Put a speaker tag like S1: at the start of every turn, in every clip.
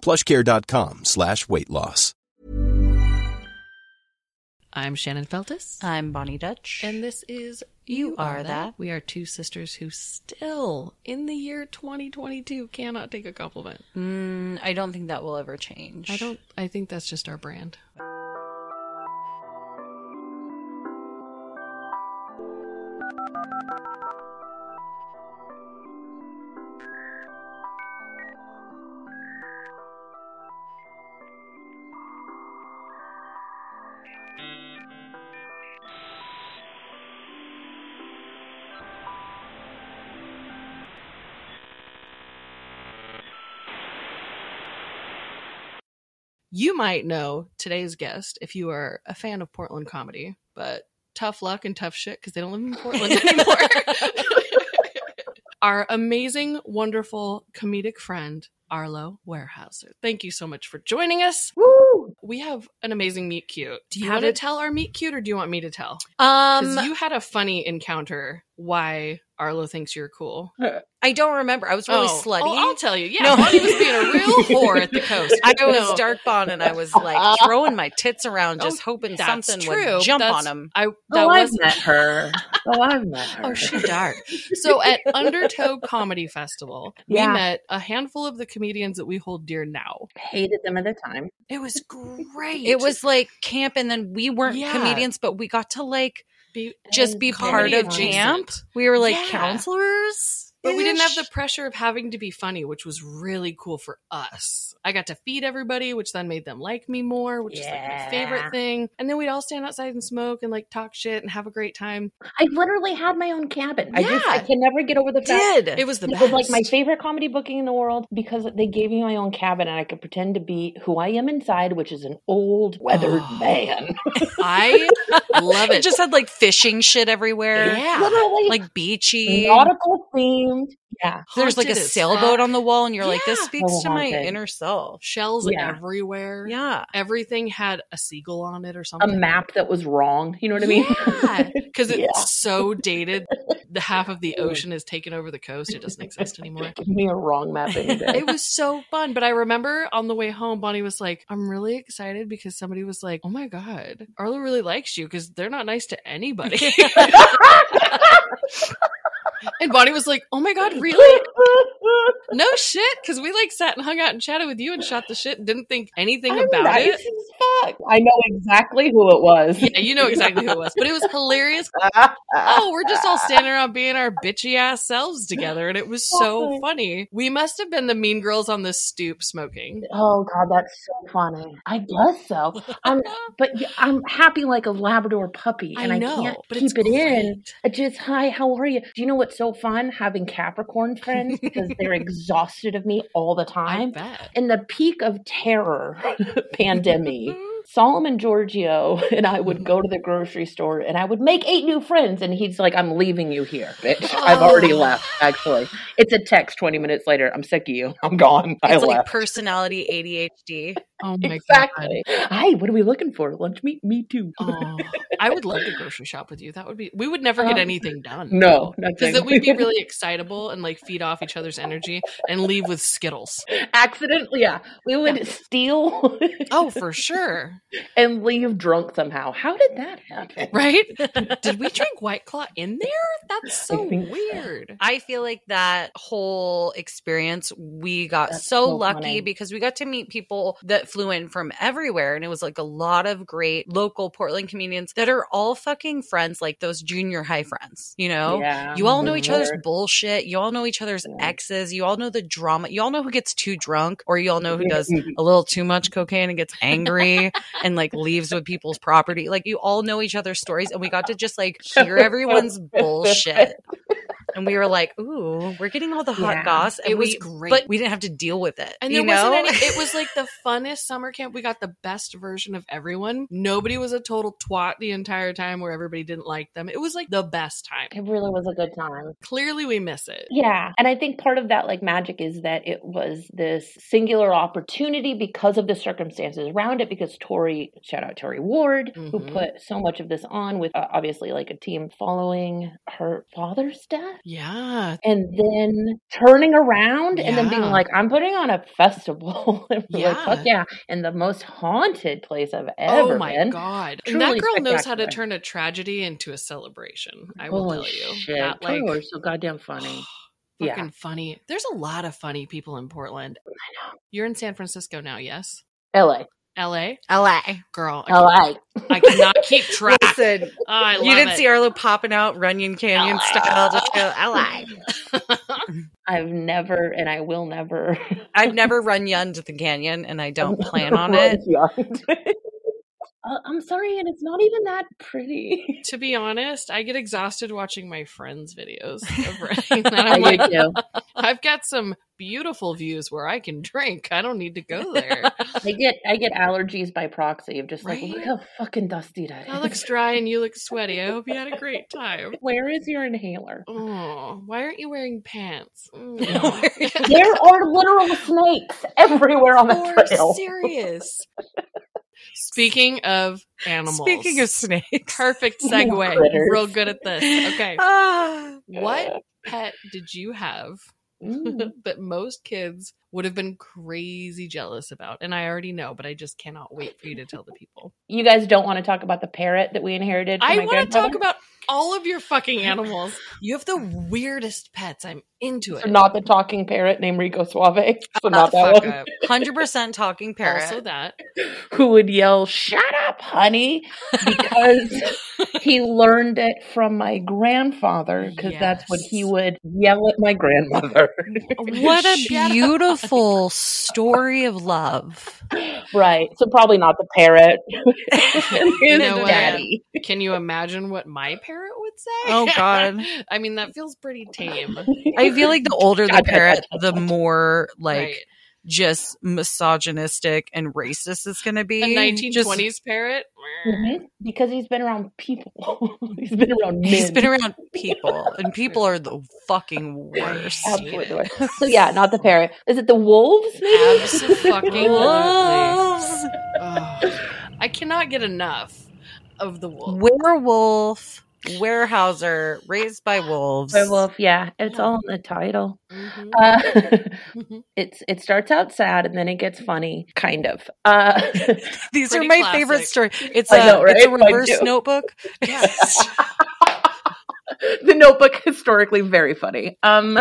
S1: plushcare.com slash weight loss.
S2: I'm Shannon Feltis.
S3: I'm Bonnie Dutch.
S2: And this is
S3: You Are That.
S2: We are two sisters who still, in the year 2022, cannot take a compliment.
S3: Mm, I don't think that will ever change.
S2: I don't, I think that's just our brand. You might know today's guest if you are a fan of Portland comedy, but tough luck and tough shit because they don't live in Portland anymore. our amazing, wonderful comedic friend, Arlo Warehouser. Thank you so much for joining us.
S4: Oh,
S3: Woo!
S2: We have an amazing meet cute. Do you
S3: How
S2: want to
S3: did-
S2: tell our meet cute or do you want me to tell? Because
S3: Um,
S2: you had a funny encounter why Arlo thinks you're cool.
S3: I don't remember. I was really
S2: Oh.
S3: slutty.
S2: Oh, I'll tell you. Yeah,
S3: No.
S2: Bonnie was being a real whore at the coast.
S3: I
S2: No.
S3: was dark bond and I was like throwing my tits around, just
S2: Oh,
S3: hoping
S2: That's
S3: something
S2: true.
S3: would jump
S2: That's-
S3: on them.
S2: I that
S4: Oh, I've
S2: was
S4: met her. Oh, I've met her.
S2: Oh, she dark. So at Undertow Comedy Festival, we
S4: Yeah.
S2: met a handful of the comedians that we hold dear now.
S4: hated them at the time.
S2: It was great.
S3: It was like camp, and then we weren't
S2: Yeah.
S3: comedians, but we got to like
S2: Be-
S3: just be part
S2: comedy
S3: of
S2: adjacent.
S3: camp. We were like
S2: Yeah.
S3: counselors,
S2: But we didn't have the pressure of having to be funny, which was really cool for us. I got to feed everybody, which then made them like me more, which is like my
S4: Yeah.
S2: favorite thing. And then we'd all stand outside and smoke and like talk shit and have a great time.
S4: I literally had my own cabin. I just I
S2: Yeah.
S4: can never get over the fact
S3: did
S2: It was the
S4: it
S2: best.
S4: was like my favorite comedy booking in the world because they gave me my own cabin and I could pretend to be who I am inside, which is an old weathered
S2: Oh.
S4: man.
S2: I love it.
S3: It just had like fishing shit everywhere,
S2: yeah.
S4: literally
S3: like beachy.
S4: nautical themed. Yeah.
S3: There's like a
S2: Haunted as
S3: sailboat
S2: fuck.
S3: on the wall, and you're like, this
S2: Yeah.
S3: speaks
S4: Oh,
S3: to my
S4: haunted.
S3: inner self.
S2: Shells
S4: Yeah.
S2: everywhere.
S3: Yeah.
S2: Everything had a seagull on it or something.
S4: A map that was wrong. You know what I mean?
S2: Yeah, because it's
S4: Yeah.
S2: so dated. The half of the ocean is taken over the coast. It doesn't exist anymore.
S4: Give me a wrong map any day.
S2: It was so fun. But I remember on the way home, Bonnie was like, I'm really excited because somebody was like, Oh my God, Arlo really likes you because they're not nice to anybody. and Bonnie was like, Oh my God, really? No shit. Because we like sat and hung out and chatted with you and shot the shit and didn't think anything
S4: I'm
S2: about
S4: nice
S2: it.
S4: as fuck. I know exactly who it was.
S2: Yeah, you know exactly who it was. But it was hilarious oh, we're just all standing around being our bitchy ass selves together. And it was so
S4: Totally.
S2: funny. We must have been the mean girls on the stoop smoking.
S4: Oh God, that's so funny. I guess so. I'm, but y- I'm happy like a Labrador puppy, and I, can't keep it in.
S2: great.
S4: I just hi, how are you? Do you know what's so fun having Capricorn friends because they're exhausted of me all the
S2: I
S4: time.
S2: bet.
S4: In the peak of terror, pandemic, Solomon Giorgio and I would go to the grocery store, and I would make eight new friends, and he's like, "I'm leaving you here, bitch. I've already
S2: Oh.
S4: left. Actually, it's a text. Twenty minutes later, I'm sick of you. I'm gone. I
S3: It's like
S4: left."
S3: personality ADHD.
S2: Oh my
S4: exactly. Hey, what are we looking for? Lunch meat? Me too.
S2: God. Oh, I would love to grocery shop with you. That would be. We would never get
S4: Um,
S2: anything done.
S4: No,
S2: Because
S4: nothing.
S2: then we'd be really excitable and like feed off each other's energy and leave with Skittles.
S4: accidentally. Yeah, we would steal
S2: Oh, for sure.
S4: and leave drunk somehow. How did that happen?
S2: Right? Did we drink White Claw in there? That's so
S4: I think so.
S2: weird.
S3: I feel like that whole experience, we got
S4: That's
S3: so
S4: so
S3: lucky
S4: funny.
S3: because we got to meet people that flew in from everywhere. And it was like a lot of great local Portland comedians that are all fucking friends, like those junior high friends, you know?
S4: Yeah,
S3: You all know each other's
S4: weird.
S3: bullshit. You all know each other's
S4: Yeah.
S3: exes. You all know the drama. You all know who gets too drunk or you all know who does
S4: Mhm.
S3: a little too much cocaine and gets angry and like leaves with people's property. Like you all know each other's stories and we got to just like hear everyone's bullshit. And we were like, ooh, we're getting all the hot
S4: Yeah.
S3: goss. And
S2: It was
S3: we-
S2: great.
S3: But we didn't have to deal with it.
S2: And
S3: you
S2: there
S3: know?
S2: wasn't any. It was like the funnest summer camp. We got the best version of everyone. Nobody was a total twat the entire time, where everybody didn't like them. It was like the best time.
S4: It really was a good time.
S2: Clearly, we miss it.
S4: Yeah. And I think part of that like magic is that it was this singular opportunity because of the circumstances around it because Tori, shout out Tori Ward, who
S2: Mhm.
S4: put so much of this on with uh, obviously like a team following her father's death
S2: Yeah,
S4: and then turning around and then being
S2: Yeah.
S4: like I'm putting on a festival. and we're like
S2: Yeah.
S4: fuck yeah, in the most haunted place I've ever
S2: Oh my
S4: been.
S2: god! And that
S4: Truly
S2: girl knows how to
S4: spectacular.
S2: turn a tragedy into a celebration. I will
S4: Holy
S2: tell you.
S4: shit.
S2: Not
S4: Tori
S2: like
S4: Ward's so goddamn funny. Yeah.
S2: fucking funny. There's a lot of funny people in Portland. You're in San Francisco now, yes?
S4: LA.
S2: L.A.
S3: LA.
S2: Girl, I,
S4: LA.
S2: I cannot keep track.
S3: Listen,
S2: Oh, I love
S3: you didn't
S2: it.
S3: see Arlo popping out Runyon Canyon
S4: LA.
S3: style. Just go, LA.
S4: I've never and I will never
S3: I've never run yun to the canyon and I don't plan on it.
S4: Uh, I'm sorry, and it's not even that pretty.
S2: to be honest, I get exhausted watching my friends' videos of running. And I'm
S4: I
S2: like,
S4: do too.
S2: I've got some beautiful views where I can drink. I don't need to go there.
S4: I get I get allergies by proxy of just like
S2: Right?
S4: look how fucking dusty that is.
S2: that looks dry and you look sweaty. I hope you had a great time.
S4: Where is your inhaler?
S2: Oh, why aren't you wearing pants? Mm.
S4: there are literal snakes everywhere on the
S2: For
S4: trail.
S2: serious. Speaking of animals.
S3: Speaking of snakes.
S2: perfect segue.
S4: Critters.
S2: Real good at this. Okay.
S3: Ah.
S2: What pet did you have
S4: Mm.
S2: that most kids would have been crazy jealous about? And I already know, but I just cannot wait for you to tell the people.
S4: You guys don't want to talk about the parrot that we inherited. From
S2: I
S4: my
S2: want to talk
S4: grandfather?
S2: about all of your fucking animals. You have the weirdest pets. I'm into it.
S4: So not the talking parrot named Rico Suave. So
S2: Shut
S4: not
S2: the
S4: that
S2: fuck
S4: one.
S2: up.
S3: Uh, hundred percent talking parrot.
S2: Also that.
S4: who would yell, Shut up, honey, because he learned it from my grandfather, because that's what he
S2: Yes.
S4: would yell at my grandmother.
S3: what a
S2: Shut up.
S3: beautiful story of love.
S4: right. So, probably not the parrot.
S2: You
S4: His
S2: know what?
S4: daddy.
S2: Can you imagine what my parrot would say?
S3: Oh, God.
S2: I mean, that feels pretty tame.
S3: I feel like the older the
S4: God,
S3: parrot,
S4: God,
S3: the more like
S2: right?
S3: just misogynistic and racist it's going to be.
S2: a
S3: Just-
S2: 1920s parrot.
S4: Mhm. Because he's been around people. he's been around men.
S3: He's been around people, and people are the fucking worst.
S2: Abs-
S4: Absolutely. right. So, yeah, not the parrot. Is it the wolves, maybe?
S2: Abso-fucking-
S3: Wolves,
S2: Oh, I cannot get enough of the wolf.
S3: werewolf, warehouser, raised by wolves.
S4: Werewolf, yeah. It's all in the title.
S2: Mhm.
S4: Uh,
S2: Mhm.
S4: it's it starts out sad and then it gets funny, kind of. Uh,
S3: These
S2: Pretty
S3: are my
S2: classic.
S3: favorite story. It's
S4: I
S3: a,
S4: know,
S3: it's a
S4: right? Mine
S3: reverse
S4: too.
S3: notebook.
S2: Yes.
S4: the Notebook historically very funny. Um,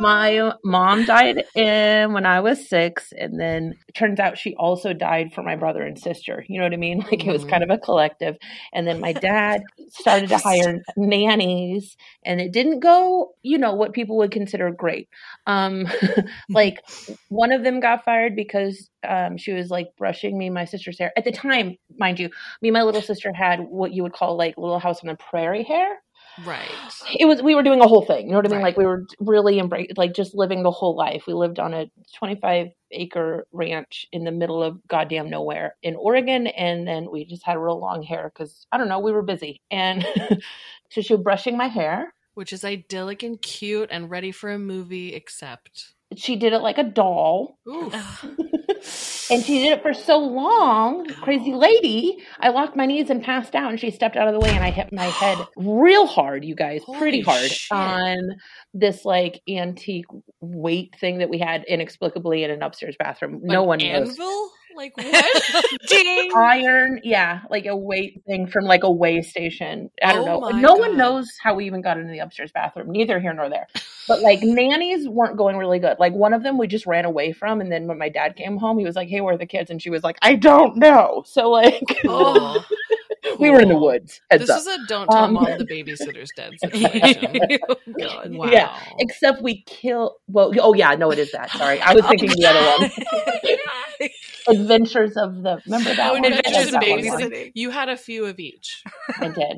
S4: my mom died in, when I was six, and then it turns out she also died for my brother and sister. You know what I mean? Like it was
S2: Mhm.
S4: kind of a collective. And then my dad started to hire nannies, and it didn't go, you know, what people would consider great. Um, like one of them got fired because um, she was like brushing me and my sister's hair at the time mind you me and my little sister had what you would call like little house on the prairie hair
S2: Right.
S4: it was we were doing a whole thing you know what i mean
S2: Right.
S4: like we were really embrace like just living the whole life we lived on a 25 acre ranch in the middle of goddamn nowhere in oregon and then we just had real long hair because i don't know we were busy and so she was brushing my hair
S2: Which is idyllic and cute and ready for a movie, except.
S4: she did it like a doll
S2: Oof.
S4: And she did it for so long, crazy lady. I locked my knees and passed out, and she stepped out of the way, and I hit my head real hard, you guys, pretty
S2: Holy
S4: hard
S2: shit.
S4: on this like antique weight thing that we had inexplicably in an upstairs bathroom. No
S2: An
S4: one knows.
S2: anvil? Like what?
S3: Ding. Oh,
S4: Iron, yeah, like a weight thing from like a way station. I don't
S2: Oh
S4: know.
S2: my
S4: No one
S2: God.
S4: knows how we even got into the upstairs bathroom, neither here nor there. But like nannies weren't going really good. Like one of them we just ran away from, and then when my dad came home, he was like, "Hey, where are the kids?" And she was like, "I don't know." So like
S2: oh,
S4: we were in the
S2: cool.
S4: woods. Heads
S2: This
S4: up.
S2: is a don't tell
S4: Um,
S2: mom the babysitter's dead situation.
S3: God.
S2: wow.
S4: Yeah, Except we kill. Well, oh yeah, no, it is that. Sorry, I
S2: Oh
S4: was thinking the other one. Adventures of the. Remember that
S2: Oh,
S4: one?
S2: Adventures in
S4: That one.
S2: Babysitting. You had a few of each.
S4: I did.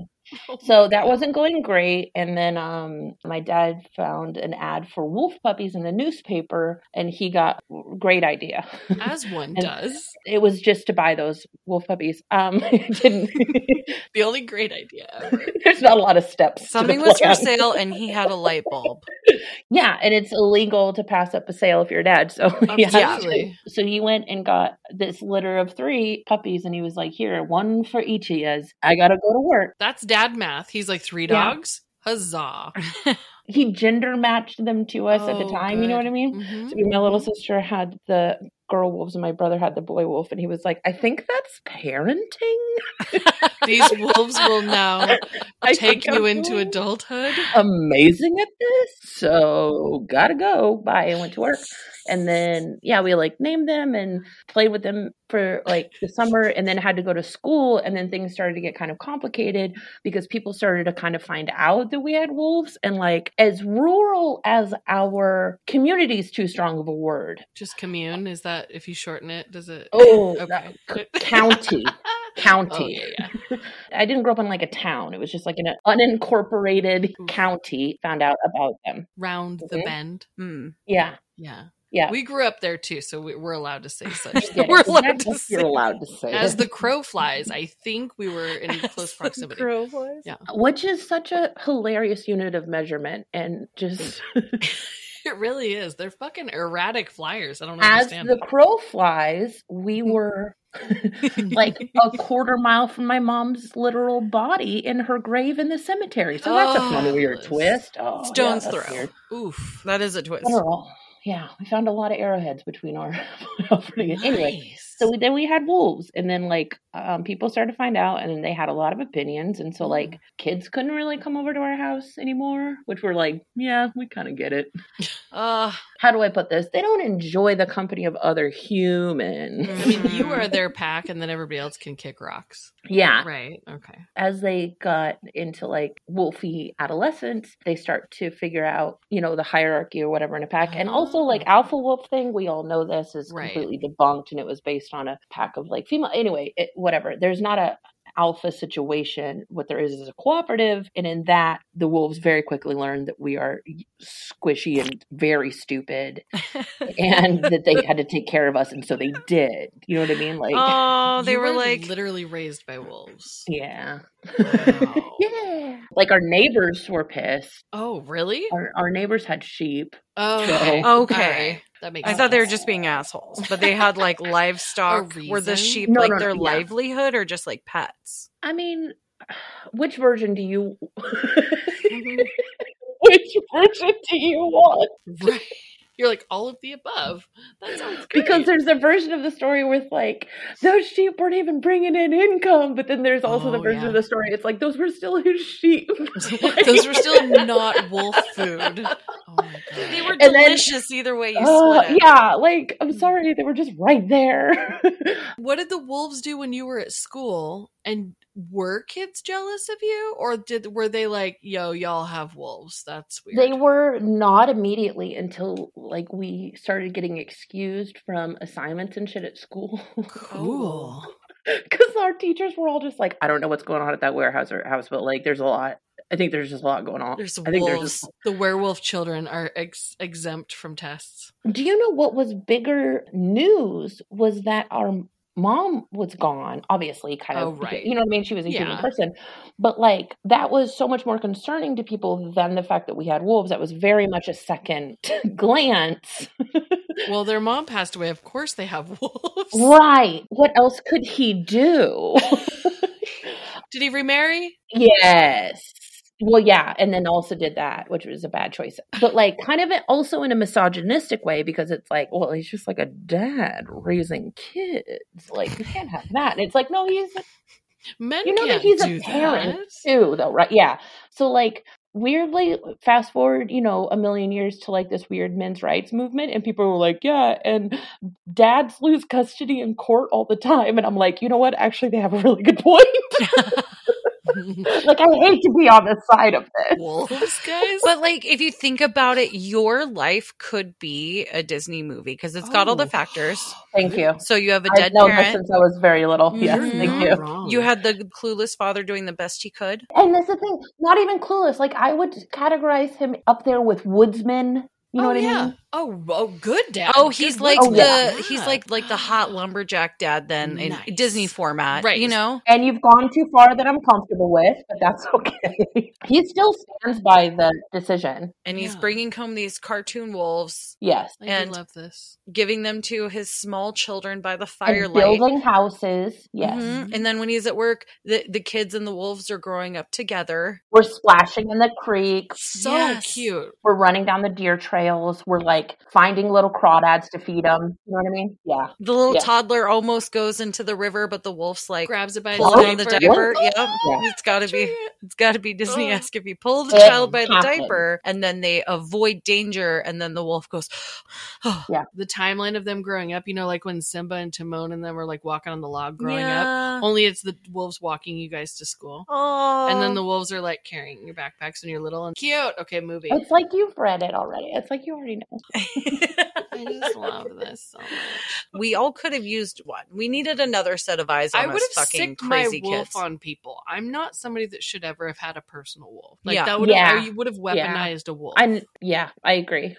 S3: Oh
S4: So that wasn't going great. And then um, my dad found an ad for wolf puppies in the newspaper, and he got great idea.
S2: As one
S4: And-
S2: does.
S4: It was just to buy those wolf puppies. Um, it didn't.
S2: The only great idea ever.
S4: there's not a lot of steps. to the
S3: Something was for
S4: plan.
S3: sale and he had a light bulb.
S4: Yeah, and it's illegal to pass up a sale if you're dead. So he has to-
S2: Absolutely.
S4: So he went and got this litter of three puppies, and he was like, "Here, one for each of yous. I gotta go to work."
S2: That's dad math. He's like three
S4: Yeah.
S2: dogs. Huzzah.
S4: He gender matched them to us at the
S2: Oh,
S4: time. You know
S2: good.
S4: what I mean?
S2: Mhm.
S4: So my little sister had the girl wolves and my brother had the boy wolf and he was like i think that's parenting
S2: These wolves will now
S4: I
S2: take
S4: think
S2: you
S4: I'm
S2: into
S4: doing
S2: adulthood.
S4: amazing at this so gotta go bye i went to work and then yeah we like named them and played with them for like the summer and then had to go to school and then things started to get kind of complicated because people started to kind of find out that we had wolves and like as rural as our community is too strong of a word
S2: Just commune. Is that if you shorten it, does it
S4: oh
S2: okay.
S4: county county
S2: Oh, yeah, yeah.
S4: I didn't grow up in like a town. It was just like in an unincorporated
S3: Hmm.
S2: Mm.
S4: county. Found out about them.
S2: Round the
S4: Mhm.
S2: bend.
S3: Hmm.
S4: Yeah,
S2: Yeah.
S4: yeah.
S2: We grew up there too, so we, we're allowed to say such.
S4: Get it.
S3: We're allowed
S4: That's
S3: to
S4: what
S3: say-
S4: you're allowed to say
S2: As
S4: it.
S2: the crow flies, I think we were in close proximity. Yeah.
S4: which is such a hilarious unit of measurement and just
S2: It really is. They're fucking erratic flyers. I don't
S4: as
S2: understand.
S4: the crow flies, we were like oh. a quarter mile from my mom's literal body in her grave in the cemetery. So that's a fun
S2: Oh,
S4: weird
S2: goodness.
S4: twist. Oh, yeah,
S3: Stone's
S4: that's
S3: throw.
S4: weird.
S2: Oof.
S3: That is a twist.
S4: General. Yeah, we found a lot of arrowheads between our property. Anyway,
S2: Nice.
S4: so we, then we had wolves and then like um, people started to find out and then they had a lot of opinions and so like kids couldn't really come over to our house anymore which were like yeah we kind of get it
S2: Uh,
S4: how do i put this they don't enjoy the company of other humans
S2: I mean, you are their pack, and then everybody else can kick rocks.
S4: yeah
S2: Right. Okay.
S4: as they got into like wolfy adolescence, they start to figure out, you know, the hierarchy or whatever in a pack. And also like
S2: Oh.
S4: alpha wolf thing, we all know this is
S2: Right.
S4: completely debunked and it was based on a pack of like female anyway, it, whatever. There's not a alpha situation. What there is is a cooperative and in that the wolves very quickly learned that we are squishy and very stupid and that they had to take care of us and so they did. You know what I mean? Like
S3: Oh, they
S2: You
S3: were like,
S2: literally raised by wolves.
S4: yeah.
S2: Wow.
S4: Yeah. Like our neighbors were pissed.
S2: Oh, really?
S4: Our, our neighbors had sheep.
S2: Oh,
S4: So-
S2: okay.
S3: Okay.
S2: All right. That makes.
S3: I thought they were
S2: sense.
S3: just being assholes, but they had like livestock.
S2: A
S3: Were the
S2: reason?
S3: sheep
S4: No,
S3: like
S4: no, no,
S3: their
S4: yeah.
S3: livelihood or just like pets?
S4: I mean, which version do you
S2: Mhm.
S4: which version do you want?
S2: Right. You're like all of the above. That sounds great.
S4: Because there's a version of the story with like those sheep weren't even bringing in income, but then there's also the
S2: Oh,
S4: version
S2: yeah.
S4: of the story it's like those were still his sheep.
S2: those were still not wolf food. Oh my god.
S3: They were
S4: then-
S3: delicious either way you
S4: Uh,
S3: split it.
S4: yeah, like I'm sorry, they were just right there.
S2: What did the wolves do when you were at school? And were kids jealous of you, or did were they like, "Yo, y'all have wolves? That's weird."
S4: They were not immediately until like we started getting excused from assignments and shit at school.
S2: cool.
S4: Because our teachers were all just like, I don't know what's going on at that warehouse or house, but like there's a lot. I think there's just a lot going on.
S3: There's
S4: I think there's
S3: wolves.
S4: just-
S2: The werewolf children are ex- exempt from tests.
S4: Do you know what was bigger news was that our mom was gone, obviously, kind
S2: Oh,
S4: of. because-
S2: right.
S4: You know what I mean? She was a human
S2: Yeah.
S4: person. But like that was so much more concerning to people than the fact that we had wolves. That was very much a second glance.
S2: Well, their mom passed away. Of course, they have wolves.
S4: Right. What else could he do?
S2: Did he remarry?
S4: yes. Well, yeah, and then also did that, which was a bad choice. But like kind of also in a misogynistic way because it's like, well, he's just like a dad raising kids. Like you can't have that. And it's like, no, he's
S2: Men
S4: you know
S2: can't
S4: that he's
S2: do
S4: a parent
S2: that.
S4: too, though, right? Yeah. So like weirdly, fast forward, you know, a million years to like this weird men's rights movement, and people were like, yeah, and dads lose custody in court all the time, and I'm like, you know what? Actually, they have a really good point. like I hate to be on the side of this.
S2: wolves, guys.
S3: But like, if you think about it, your life could be a Disney movie because it's got all the
S2: Oh.
S3: factors.
S4: Thank you.
S3: So you have a
S4: I've
S3: dead
S4: known that
S3: parent. Mm-hmm.
S4: since I was very little. Yes,
S2: You're
S4: thank
S2: not
S4: you.
S2: wrong.
S3: You had the clueless father doing the best he could.
S4: And that's the thing, not even clueless. Like I would categorize him up there with woodsman. You know
S2: oh,
S4: what I
S2: yeah.
S4: mean?
S2: Oh, oh, good dad.
S3: Oh,
S2: Good
S3: he's
S2: work,
S3: like
S4: Oh,
S3: the
S4: yeah.
S3: he's like like the hot lumberjack dad then in
S2: Nice.
S3: Disney format,
S2: Right.
S3: You know,
S4: And you've gone too far that I'm comfortable with, but that's okay. he still stands by the decision.
S3: and he's
S2: Yeah.
S3: bringing home these cartoon wolves,
S4: Yes.
S2: I
S3: and-
S2: do love this.
S3: giving them to his small children by the
S4: And
S3: firelight.
S4: building houses. Yes. Mm-hmm.
S3: Mhm. And then when he's at work, the the kids and the wolves are growing up together.
S4: We're splashing in the creek.
S2: So
S3: Yes.
S2: cute.
S4: We're running down the deer trails. We're like finding little crawdads to feed them. You know what I mean? Yeah.
S3: The little
S4: Yeah.
S3: toddler almost goes into the river, but the wolf's like
S2: Grabs it by
S3: pulls on
S2: the
S3: the
S2: diaper. Oh,
S3: diaper.
S4: What?
S3: Yep.
S4: Yeah.
S3: It's gotta be it's gotta be Disney esque if you pull the
S4: It
S3: child by the
S4: happened.
S3: diaper and then they avoid danger and then the wolf goes
S2: The timeline of them growing up, you know, like when Simba and Timon and them were like walking on the log growing up. Only it's the wolves walking you guys to school.
S3: Oh.
S2: And then the wolves are like carrying your backpacks when you're little and cute. Okay, movie.
S4: It's like you've read it already. It's like you already know.
S2: I just love this so much.
S3: we all could have used one. We needed another set of eyes on
S2: I would
S3: us
S2: have
S3: fucking
S2: sicked
S3: crazy
S2: my wolf
S3: kids.
S2: on people. I'm not somebody that should ever have had a personal wolf. Like
S3: Yeah.
S2: that would have
S4: Yeah.
S2: or you would have
S4: Yeah.
S2: weaponized a wolf.
S4: I yeah, I agree.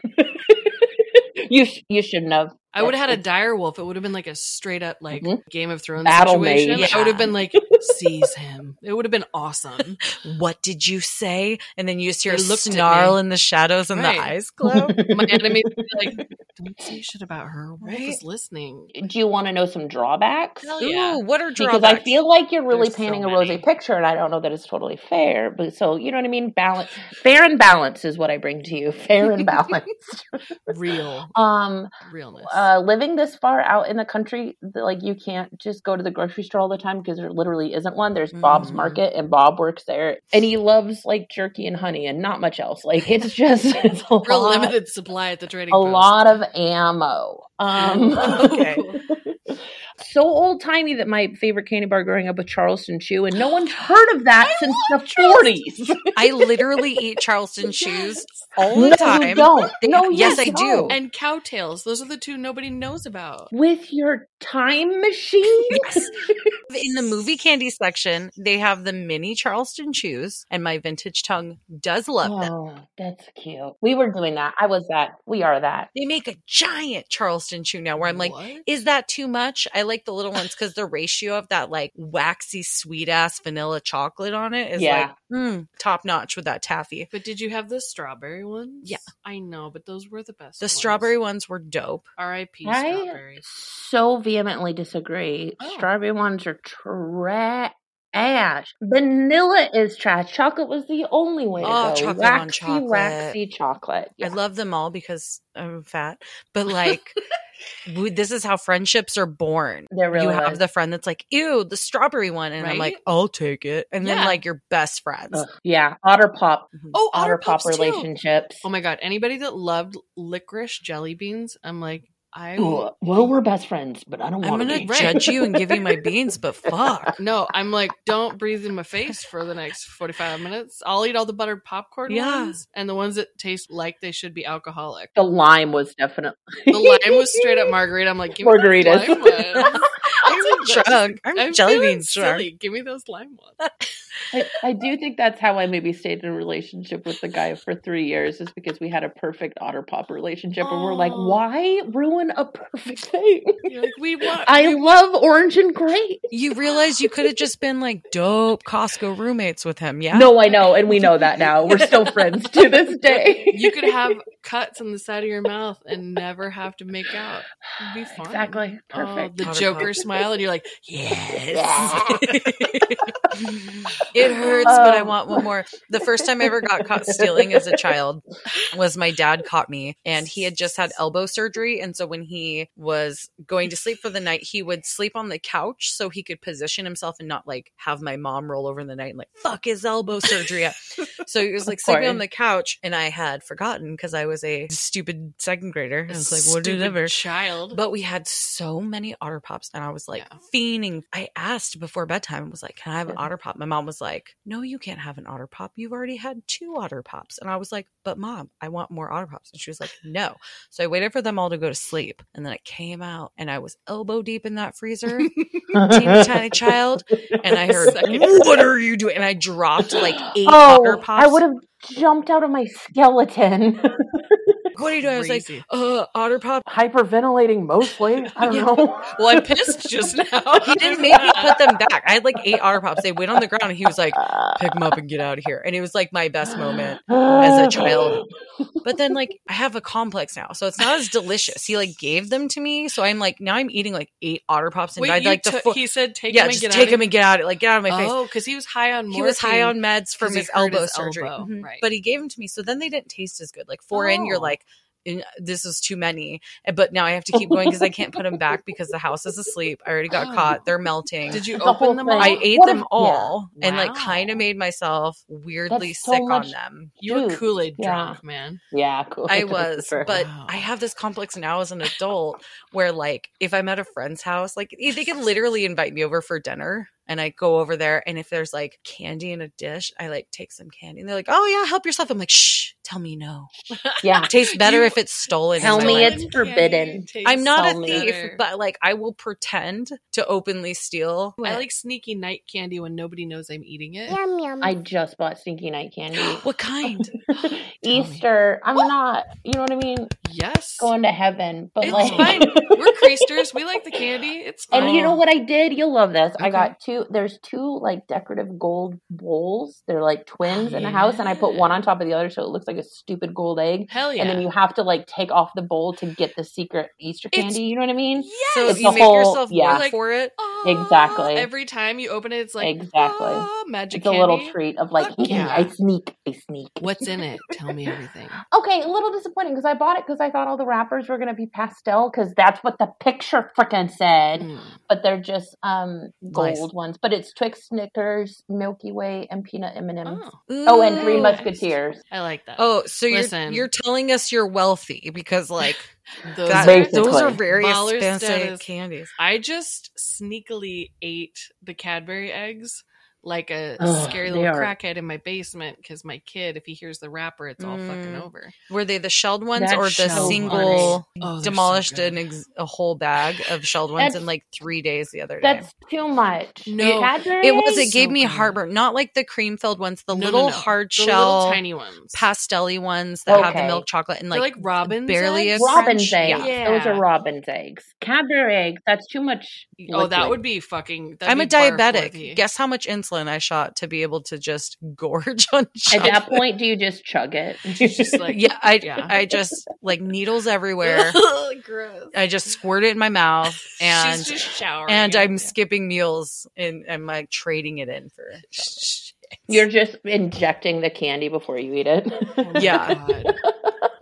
S4: you sh- you shouldn't have.
S2: I would have had a dire wolf. It would have been like a straight up like
S4: Mhm.
S2: Game of Thrones
S4: Battle
S2: situation.
S4: mage.
S2: I would have been like, seize him. It would have been awesome.
S3: What did you say? And then you just hear a
S2: They looked at
S3: snarl
S2: me.
S3: in the shadows and
S2: Right.
S3: the eyes glow.
S2: My enemy would be like, don't say shit about her. Wolf
S3: Right?
S2: is listening.
S4: Do you want to know some drawbacks?
S2: Hell yeah.
S3: Ooh, what are drawbacks?
S4: Because I feel like you're
S3: There's
S4: really
S3: so
S4: painting a
S3: many.
S4: rosy picture, and I don't know that it's totally fair. But so you know what I mean? Balance, fair and balance is what I bring to you. Fair and balanced.
S2: Real.
S4: um,
S2: Realness.
S4: uh, living this far out in the country, th- like you can't just go to the grocery store all the time because there literally isn't one. There's Bob's
S3: Mhm.
S4: Market, and Bob works there, and he loves like jerky and honey and not much else. Like it's just it's a
S2: Real
S4: lot-
S2: limited supply at the trading
S4: a
S2: post.
S4: lot of ammo. Um,
S3: Okay.
S4: so old timey that my favorite candy bar growing up was Charleston Chew, and no one's heard of that since the forties.
S3: I literally eat Charleston shoes all the
S4: No, you
S3: time.
S4: don't.
S3: They-
S4: no, you
S3: yes, I
S4: don't.
S3: do.
S2: and cowtails. Those are the two nobody knows about.
S4: With your time machine,
S3: Yes. In the movie candy section, they have the mini Charleston shoes, and my vintage tongue does love them.
S4: Oh, that's cute. We were doing that. I was that. We are that.
S3: They make a giant Charleston shoe now where I'm like,
S2: What?
S3: is that too much? I like the little ones because the ratio of that like waxy sweet ass vanilla chocolate on it is
S4: Yeah.
S3: like mm, top notch with that taffy.
S2: But did you have the strawberry ones?
S3: Yeah.
S2: I know, but those were the best.
S3: The
S2: ones.
S3: strawberry ones were dope.
S2: R.I.P.
S4: I
S2: strawberry.
S4: so vehemently disagree.
S2: Oh.
S4: Strawberry ones are trash. Vanilla is trash. Chocolate was the only way to
S3: Oh,
S4: go.
S3: chocolate on
S4: waxy,
S3: chocolate.
S4: waxy chocolate.
S3: I love them all because I'm fat, but like w- this is how friendships are born.
S4: There really
S3: you have
S4: is.
S3: the friend that's like, ew, the strawberry one. And I'm
S2: Right?
S3: like, I'll take it. And
S2: Yeah.
S3: then like your best friends.
S4: Ugh, yeah, otter pop,
S2: Oh,
S4: Uh-huh. otter, pop
S2: Pops, too.
S4: relationships.
S2: Oh my god! Anybody that loved licorice jelly beans, I'm like, I
S4: Ugh, well, we're best friends, but I don't
S3: I'm
S4: want
S3: going
S4: to
S3: to
S4: be.
S2: right.
S3: judge you and give you my beans, but fuck.
S2: no, I'm like, don't breathe in my face for the next 45 minutes. I'll eat all the buttered popcorn
S3: Yeah.
S2: ones and the ones that taste like they should be alcoholic.
S4: The lime was definitely
S2: The lime was straight up margarita. I'm like, give me
S4: Margaritas.
S2: Those lime ones.
S3: I'm drunk. I'm,
S2: I'm
S3: jelly
S2: feeling
S3: beans drunk.
S2: silly. Give me those lime ones.
S4: I, I do think that's how I maybe stayed in a relationship with the guy for three years, is because we had a perfect otter pop relationship, and we're like,
S2: Aw.
S4: why ruin a perfect thing?
S2: You're like, we want.
S4: I love orange and gray.
S3: You realize you could have just been like dope Costco roommates with him. Yeah.
S4: No, I know, and we know that now. We're still friends to this day.
S2: you could have cuts on the side of your mouth and never have to make out. It'd be fine.
S4: exactly
S2: Oh,
S4: perfect.
S2: the
S3: Powder
S2: Joker
S3: puff.
S2: smile, and you're like,
S4: Yeah.
S2: yes.
S3: It hurts, but I
S4: Oh.
S3: want one more. The first time I ever got caught stealing as a child was my dad caught me, and he had just had elbow surgery. And so when he was going to sleep for the night, he would sleep on the couch so he could position himself and not like have my mom roll over in the night and like fuck his elbow surgery up. so he was like sleeping on
S4: course.
S3: the couch, and I had forgotten because I was a stupid second grader. I was like,
S2: Stupid
S3: whatever.
S2: child.
S3: But we had so many otter pops, and I was like
S2: Yeah.
S3: fiending. I asked before bedtime, I was like, Can I have an
S4: Yeah.
S3: otter pop? My mom was like, No, you can't have an otter pop. You've already had two otter pops. And I was like, But mom, I want more otter pops. And she was like, No. So I waited for them all to go to sleep. And then it came out, and I was elbow deep in that freezer, teeny tiny child. And I heard,
S2: Second.
S3: What are you doing? And I dropped like eight otter
S4: Oh,
S3: pops.
S4: I would have jumped out of my skeleton,
S3: What are you doing? I was like,
S2: Crazy.
S3: Uh, otter pop.
S4: hyperventilating mostly. I don't
S2: Yeah.
S4: know.
S2: well, I pissed just now.
S3: He didn't make me put them back. I had like eight otter pops. They went on the ground, and he was like, pick him up and get out of here. And it was like my best moment. as a child. But then like I have a complex now. So it's not as delicious. He like gave them to me. So I'm like now I'm eating like eight otter pops and
S2: Wait,
S3: I'd
S2: you
S3: like to
S2: took-
S3: fu-
S2: he said, take
S3: Yeah,
S2: him
S3: just
S2: and get
S3: take
S2: out of
S3: him and get out like get out of my face.
S2: Oh, because he was high on
S3: He was
S2: morphine.
S3: high on meds from
S2: 'cause he
S3: his
S2: hurt
S3: elbow
S2: his
S3: surgery.
S2: elbow,
S3: Mhm.
S2: right.
S3: But he gave them to me. So then they didn't taste as good. Like four in, you're
S2: Oh.
S3: like, in, this is too many. And- But now I have to keep going because I can't put them back because the house is asleep. I already got
S2: Oh.
S3: caught. They're melting.
S2: Did you
S4: The whole
S2: open them
S4: thing.
S2: all?
S3: I ate
S4: Oh, What
S3: them
S4: if-
S3: all
S2: yeah.
S3: and like
S2: Wow.
S3: kind of made myself weirdly
S4: That's so
S3: sick on
S4: much-
S3: them.
S2: you were
S4: Dude,
S2: Kool Aid
S4: yeah.
S2: drunk, man.
S4: Yeah, cool.
S3: I was, but
S2: Wow.
S3: I have this complex now as an adult where, like, if I'm at a friend's house, like they can literally invite me over for dinner, and I go over there, and if there's like candy in a dish, I like take some candy, and they're like, "Oh yeah, help yourself." I'm like, "Shh, tell me no.
S4: yeah,
S3: Tastes better
S2: You-
S3: if it's stolen." is
S4: Tell
S3: my
S4: me
S3: line.
S4: it's
S2: Candy
S4: forbidden.
S2: tastes
S3: I'm not
S4: Tell
S3: a
S4: me.
S3: thief,
S2: better.
S3: but like I will pretend to openly steal.
S2: I like sneaky night candy when nobody knows I'm eating it.
S5: Yum yum.
S4: I just bought stinky night candy.
S3: what kind?
S4: Easter. I'm not. You know what I mean?
S2: Yes.
S4: Going to heaven, but
S2: It's
S4: like.
S2: fine. We're creasters. We like the candy. It's fine.
S4: And you know
S3: Oh.
S4: what I did? You'll love this. I
S2: Okay.
S4: got two. There's two like decorative gold bowls. They're like
S2: Oh,
S4: twins in a house, and I put one on top of the other, so it looks like a stupid gold egg.
S2: Hell yeah.
S4: And then you have to like take off the bowl to get the secret Easter
S3: It's-
S4: candy. you know what I mean?
S3: So
S4: It's
S3: you
S4: the
S3: make
S4: whole-
S3: yourself
S4: yeah.
S3: work for it.
S2: Ah,
S4: Exactly.
S2: Every time you open it, it's like
S4: Exactly.
S2: ah, magic
S4: It's a little
S2: candy.
S4: treat of like,
S2: Fuck yeah.
S4: I sneak, I sneak.
S2: What's in it? Tell me everything.
S4: Okay, a little disappointing because I bought it because I thought all the wrappers were going to be pastel because that's what the picture frickin' said.
S2: Mm.
S4: But they're just um gold
S3: Nice.
S4: ones. But it's Twix, Snickers, Milky Way, and peanut M and M's.
S2: Oh,
S4: Oh, and Three
S2: Ooh.
S3: months.
S4: Musketeers.
S2: I like that.
S3: Oh, so
S2: Listen.
S3: you're you're telling us you're wealthy because like
S2: those
S3: that-
S2: are-
S4: Basically.
S3: those are very
S2: Baller
S3: expensive
S2: status.
S3: candies.
S2: I just sneakily ate the Cadbury eggs like a
S4: Ugh,
S2: scary
S4: they
S2: little
S4: are-
S2: crackhead in my basement because my kid, if he hears the rapper, it's all fucking
S3: Mm.
S2: over.
S3: Were they the shelled ones
S4: That
S3: or the
S4: shelled
S3: single?
S2: Oh, they're so
S3: demolished
S2: good.
S3: an ex- a whole bag of shelled ones in
S4: That's-
S3: like three days the other day.
S4: That's too much.
S2: No,
S4: You had your
S3: it was.
S4: eggs?
S3: It gave
S2: so
S3: me
S2: good.
S3: heartburn. Not like the cream filled ones. The
S2: No, no,
S3: little
S2: no.
S3: hard
S2: The
S3: shell,
S2: little tiny ones.
S3: pastelly ones that have the
S4: Okay.
S3: milk chocolate and
S2: They're
S3: like,
S2: like robins
S3: barely
S2: eggs?
S3: a
S4: robin's
S3: crunch.
S4: eggs.
S3: Yeah.
S4: Those
S2: Yeah.
S4: are robin's eggs. Cadbury eggs. That's too much.
S2: Oh, that
S4: liquid.
S2: would be fucking. that'd
S3: I'm a
S2: be barf
S3: diabetic.
S2: worthy.
S3: Guess how much insulin I shot to be able to just gorge on
S4: At
S3: chocolate.
S4: that point, do you just chug it?
S2: just like-
S3: yeah, I
S2: Yeah.
S3: I just like needles everywhere.
S2: Gross.
S3: I just squirt it in my mouth and
S2: She's just showering.
S3: and
S2: it.
S3: I'm skipping meals and I'm like trading it in for
S4: You're just injecting the candy before you eat it.
S3: Yeah.
S2: Oh God.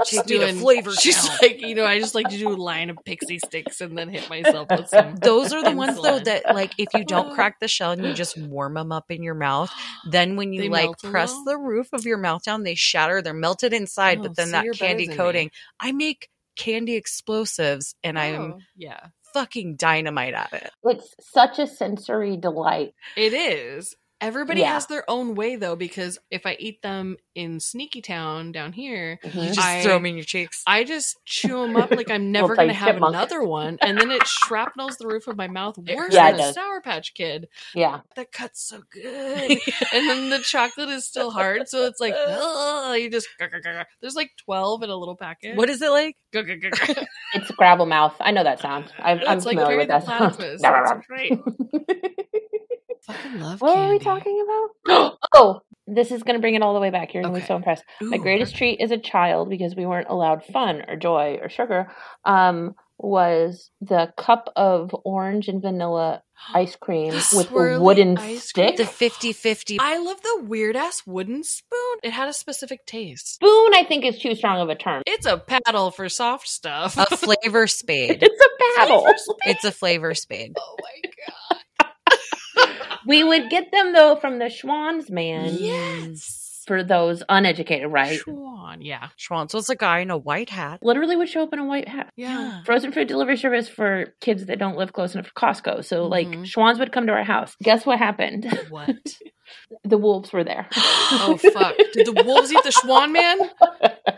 S3: She's
S2: She's doing
S3: flavor.
S2: She's
S3: count.
S2: like, you know, I just like to do a line of pixie sticks and then hit myself with some.
S3: those are the ones though
S2: insulin.
S3: that like if you don't crack the shell and you just warm them up in your mouth, then when you
S2: They
S3: like
S2: melt a
S3: press
S2: little?
S3: the roof of your mouth down, they shatter. They're melted inside,
S2: Oh,
S3: but then
S2: so
S3: that
S2: you're better
S3: candy
S2: than me.
S3: coating. I make candy explosives and I'm
S2: Oh, yeah,
S3: fucking dynamite at it.
S4: it's such a sensory delight.
S2: it is. Everybody
S4: Yeah.
S2: has their own way though, because if I eat them in Sneaky Town down here,
S3: You
S4: Mhm.
S3: just
S2: I-
S3: throw them in your cheeks.
S2: I just chew them up like I'm never
S4: Little
S2: going to
S4: tiny
S2: have
S4: chipmunk.
S2: another one, and then it shrapnels the roof of my mouth worse
S4: Yeah, it
S2: than a
S4: does.
S2: Sour Patch Kid.
S4: Yeah.
S2: That cuts so good, and then the chocolate is still hard, so it's like ugh, you just there's like twelve in a little packet.
S3: What is it like?
S2: it's
S4: It's grabble mouth. I know that sound. I'm, I'm
S2: like
S4: familiar
S2: Perry
S4: with
S2: the
S4: that.
S2: Platypus.
S4: sound.
S2: It's great. Fucking love.
S4: what were we
S2: candy.
S4: talking about? oh, this is going to bring it all the way back. You're going to
S2: Okay.
S4: be so impressed. My
S2: Ooh.
S4: greatest treat as a child, because we weren't allowed fun or joy or sugar, um, was the cup of orange and vanilla ice cream with a
S2: Swirly
S4: wooden
S2: ice cream?
S4: stick.
S3: The 50 50.
S2: I love the weird ass wooden spoon. It had a specific taste.
S4: Spoon, I think, is too strong of a term.
S2: It's a paddle for soft stuff.
S3: A flavor spade.
S4: It's a battle.
S3: It's a flavor spade.
S2: oh my god.
S4: we would get them though from the Schwann's man.
S2: Yes.
S4: For those uneducated, right?
S2: Schwan. Yeah.
S3: Schwanz was a guy in a white hat.
S4: Literally would show up in a white hat.
S2: Yeah.
S4: Frozen food delivery service for kids that don't live close enough to Costco. So, like,
S2: Mhm.
S4: Schwann's would come to our house. Guess what happened?
S2: What?
S4: The wolves were there.
S2: oh fuck. Did the wolves eat the Schwan man?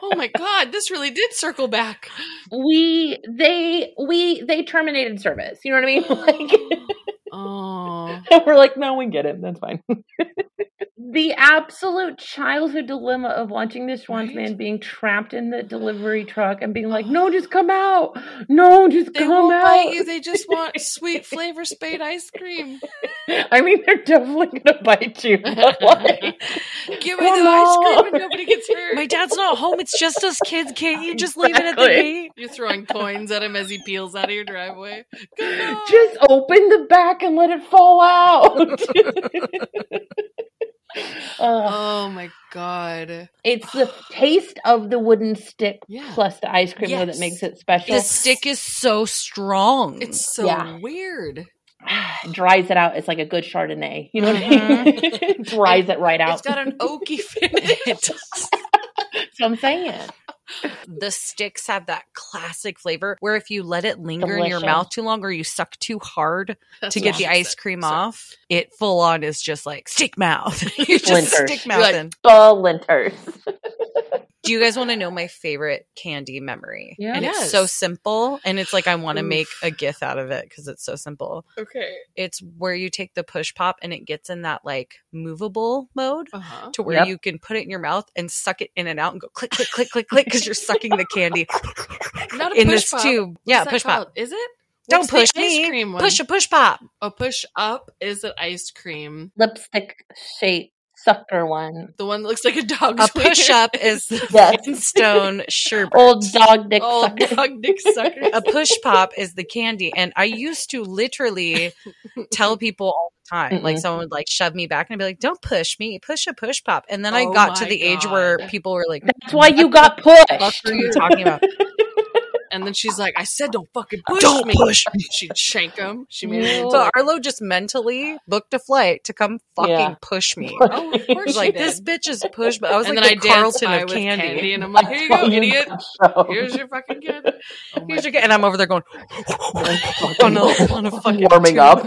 S2: Oh my god, this really did circle back.
S4: we they we they terminated service. You know what I mean?
S2: oh.
S4: Like we're like, no, we get it. That's fine. the absolute childhood dilemma of watching this Schwanz
S2: Right?
S4: man being trapped in the delivery truck and being like, no, just come out. No, just
S2: They
S4: come
S2: won't
S4: out.
S2: bite you. They just want sweet flavor spade ice cream.
S4: I mean, they're definitely gonna bite you. But like,
S2: Give me
S4: Come
S2: the ice cream
S4: on.
S2: and nobody gets hurt.
S3: My dad's not home. It's just us kids. Can't you just leave it at the
S4: Exactly.
S3: gate?
S2: You're throwing coins at him as he peels out of your driveway. Come on.
S4: just open the back and let it fall out. Ugh.
S2: Oh my god.
S4: Uh, It's the taste of the wooden stick
S2: Yeah.
S4: plus the ice cream though
S2: Yes.
S4: that makes it special.
S3: The stick is so strong.
S2: It's so
S4: Yeah.
S2: weird.
S4: It dries it out. It's like a good Chardonnay. You know what I mean? dries it right out.
S2: It's got an oaky finish.
S4: That's what I'm saying.
S3: the sticks have that classic flavor where if you let it linger in your
S4: Delicious.
S3: mouth too long or you suck too hard
S2: That's
S3: to
S2: what
S3: get
S2: she
S3: the ice
S2: said.
S3: cream
S2: So-
S3: off, it full on is just like stick mouth. you just
S4: Splinters.
S3: stick
S2: You're like-
S3: mouthing.
S4: Splinters.
S3: Do you guys want to know my favorite candy memory?
S4: Yeah.
S3: And
S2: Yes.
S3: it's so simple. And it's like I want to
S2: Oof.
S3: make a gif out of it because it's so simple.
S2: Okay.
S3: It's where you take the push pop and it gets in that like movable mode.
S2: Uh-huh.
S3: To where
S4: Yep.
S3: you can put it in your mouth and suck it in and out and go click, click, click, click, click because you're sucking the candy
S2: Not a
S3: in
S2: push
S3: this
S2: pop.
S3: tube.
S2: What's
S3: Yeah,
S2: that
S3: push pop.
S2: called? Is it?
S3: Don't
S2: What's the
S3: push
S2: ice
S3: me.
S2: cream one?
S3: Push a push pop.
S2: A push up is an ice cream.
S4: Lipstick shape sucker one.
S2: The one that looks like a dog's
S3: A push up is
S4: Yes.
S3: the stone sherbet.
S4: Old dog dick
S2: Oh,
S4: sucker.
S2: dog dick sucker.
S3: a push pop is the candy. And I used to literally tell people all the time, like
S2: Mm-hmm.
S4: Mm-mm.
S3: someone would like shove me back and I'd be like, don't push me, push a push pop. And then I
S2: Oh
S3: got to
S2: my
S3: the age where
S2: God.
S3: people were like,
S4: That's why you got pushed.
S3: what are you talking about?
S2: And then she's like, I said don't fucking push
S3: Don't
S2: me.
S3: push
S2: me. She'd shank him. She made it
S4: No.
S2: into
S3: So
S2: like,
S3: Arlo just mentally booked a flight to come fucking
S4: Yeah.
S3: push me. I
S2: oh, of course
S3: was
S2: she
S3: like,
S2: did.
S3: this bitch is push. But I was
S2: and
S3: like,
S2: then I
S3: the
S2: danced
S3: Carlton
S2: by
S3: of
S2: with
S3: candy.
S2: candy. and I'm like, here you go,
S4: That's why
S2: idiot.
S4: got shoved.
S2: Here's your fucking kid. Oh my
S3: Here's your ca- and I'm over there going on a on a fucking
S4: warming
S3: tube.
S4: up.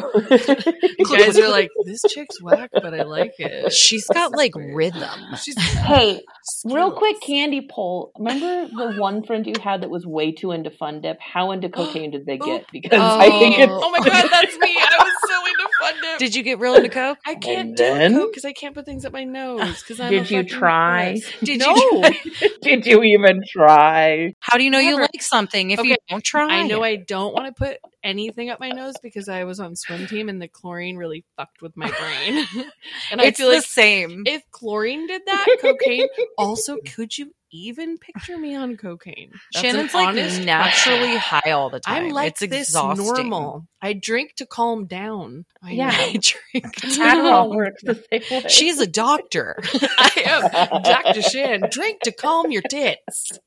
S2: You guys are like, this chick's whack, but I like it.
S3: She's got like rhythm.
S2: She's
S4: hey, Real
S2: skills.
S4: quick candy poll. Remember the one friend you had that was way too into fun dip? How into cocaine did they get? Because I think
S3: Oh.
S4: it's
S2: oh my god, that's me. I was so into fun dip.
S3: Did you get real into coke?
S2: I
S4: And
S2: can't
S4: then-
S2: do it because Oh, I can't put things up my nose. Because I'm a
S4: Did you
S2: fucking
S4: try?
S2: puss.
S3: Did
S2: no.
S3: you?
S4: Did you even try?
S3: How do you know you
S2: Never.
S3: like something if you
S2: Okay.
S3: don't try?
S2: I know I don't want to put anything up my nose because I was on swim team and the chlorine really fucked with my brain. and I
S3: it's
S2: feel
S3: the
S2: like
S3: same.
S2: if chlorine did that, cocaine also could you even picture me on cocaine? That's an
S3: Shannon's like
S2: honest
S3: naturally high all the time.
S2: I'm like
S3: it's
S2: this
S3: exhausting.
S2: normal. I drink to calm down. I
S4: Yeah.
S2: know.
S3: I drink.
S4: Adderall works the same way.
S3: She's a doctor.
S2: I am Dr. Shan. Drink to calm your tits.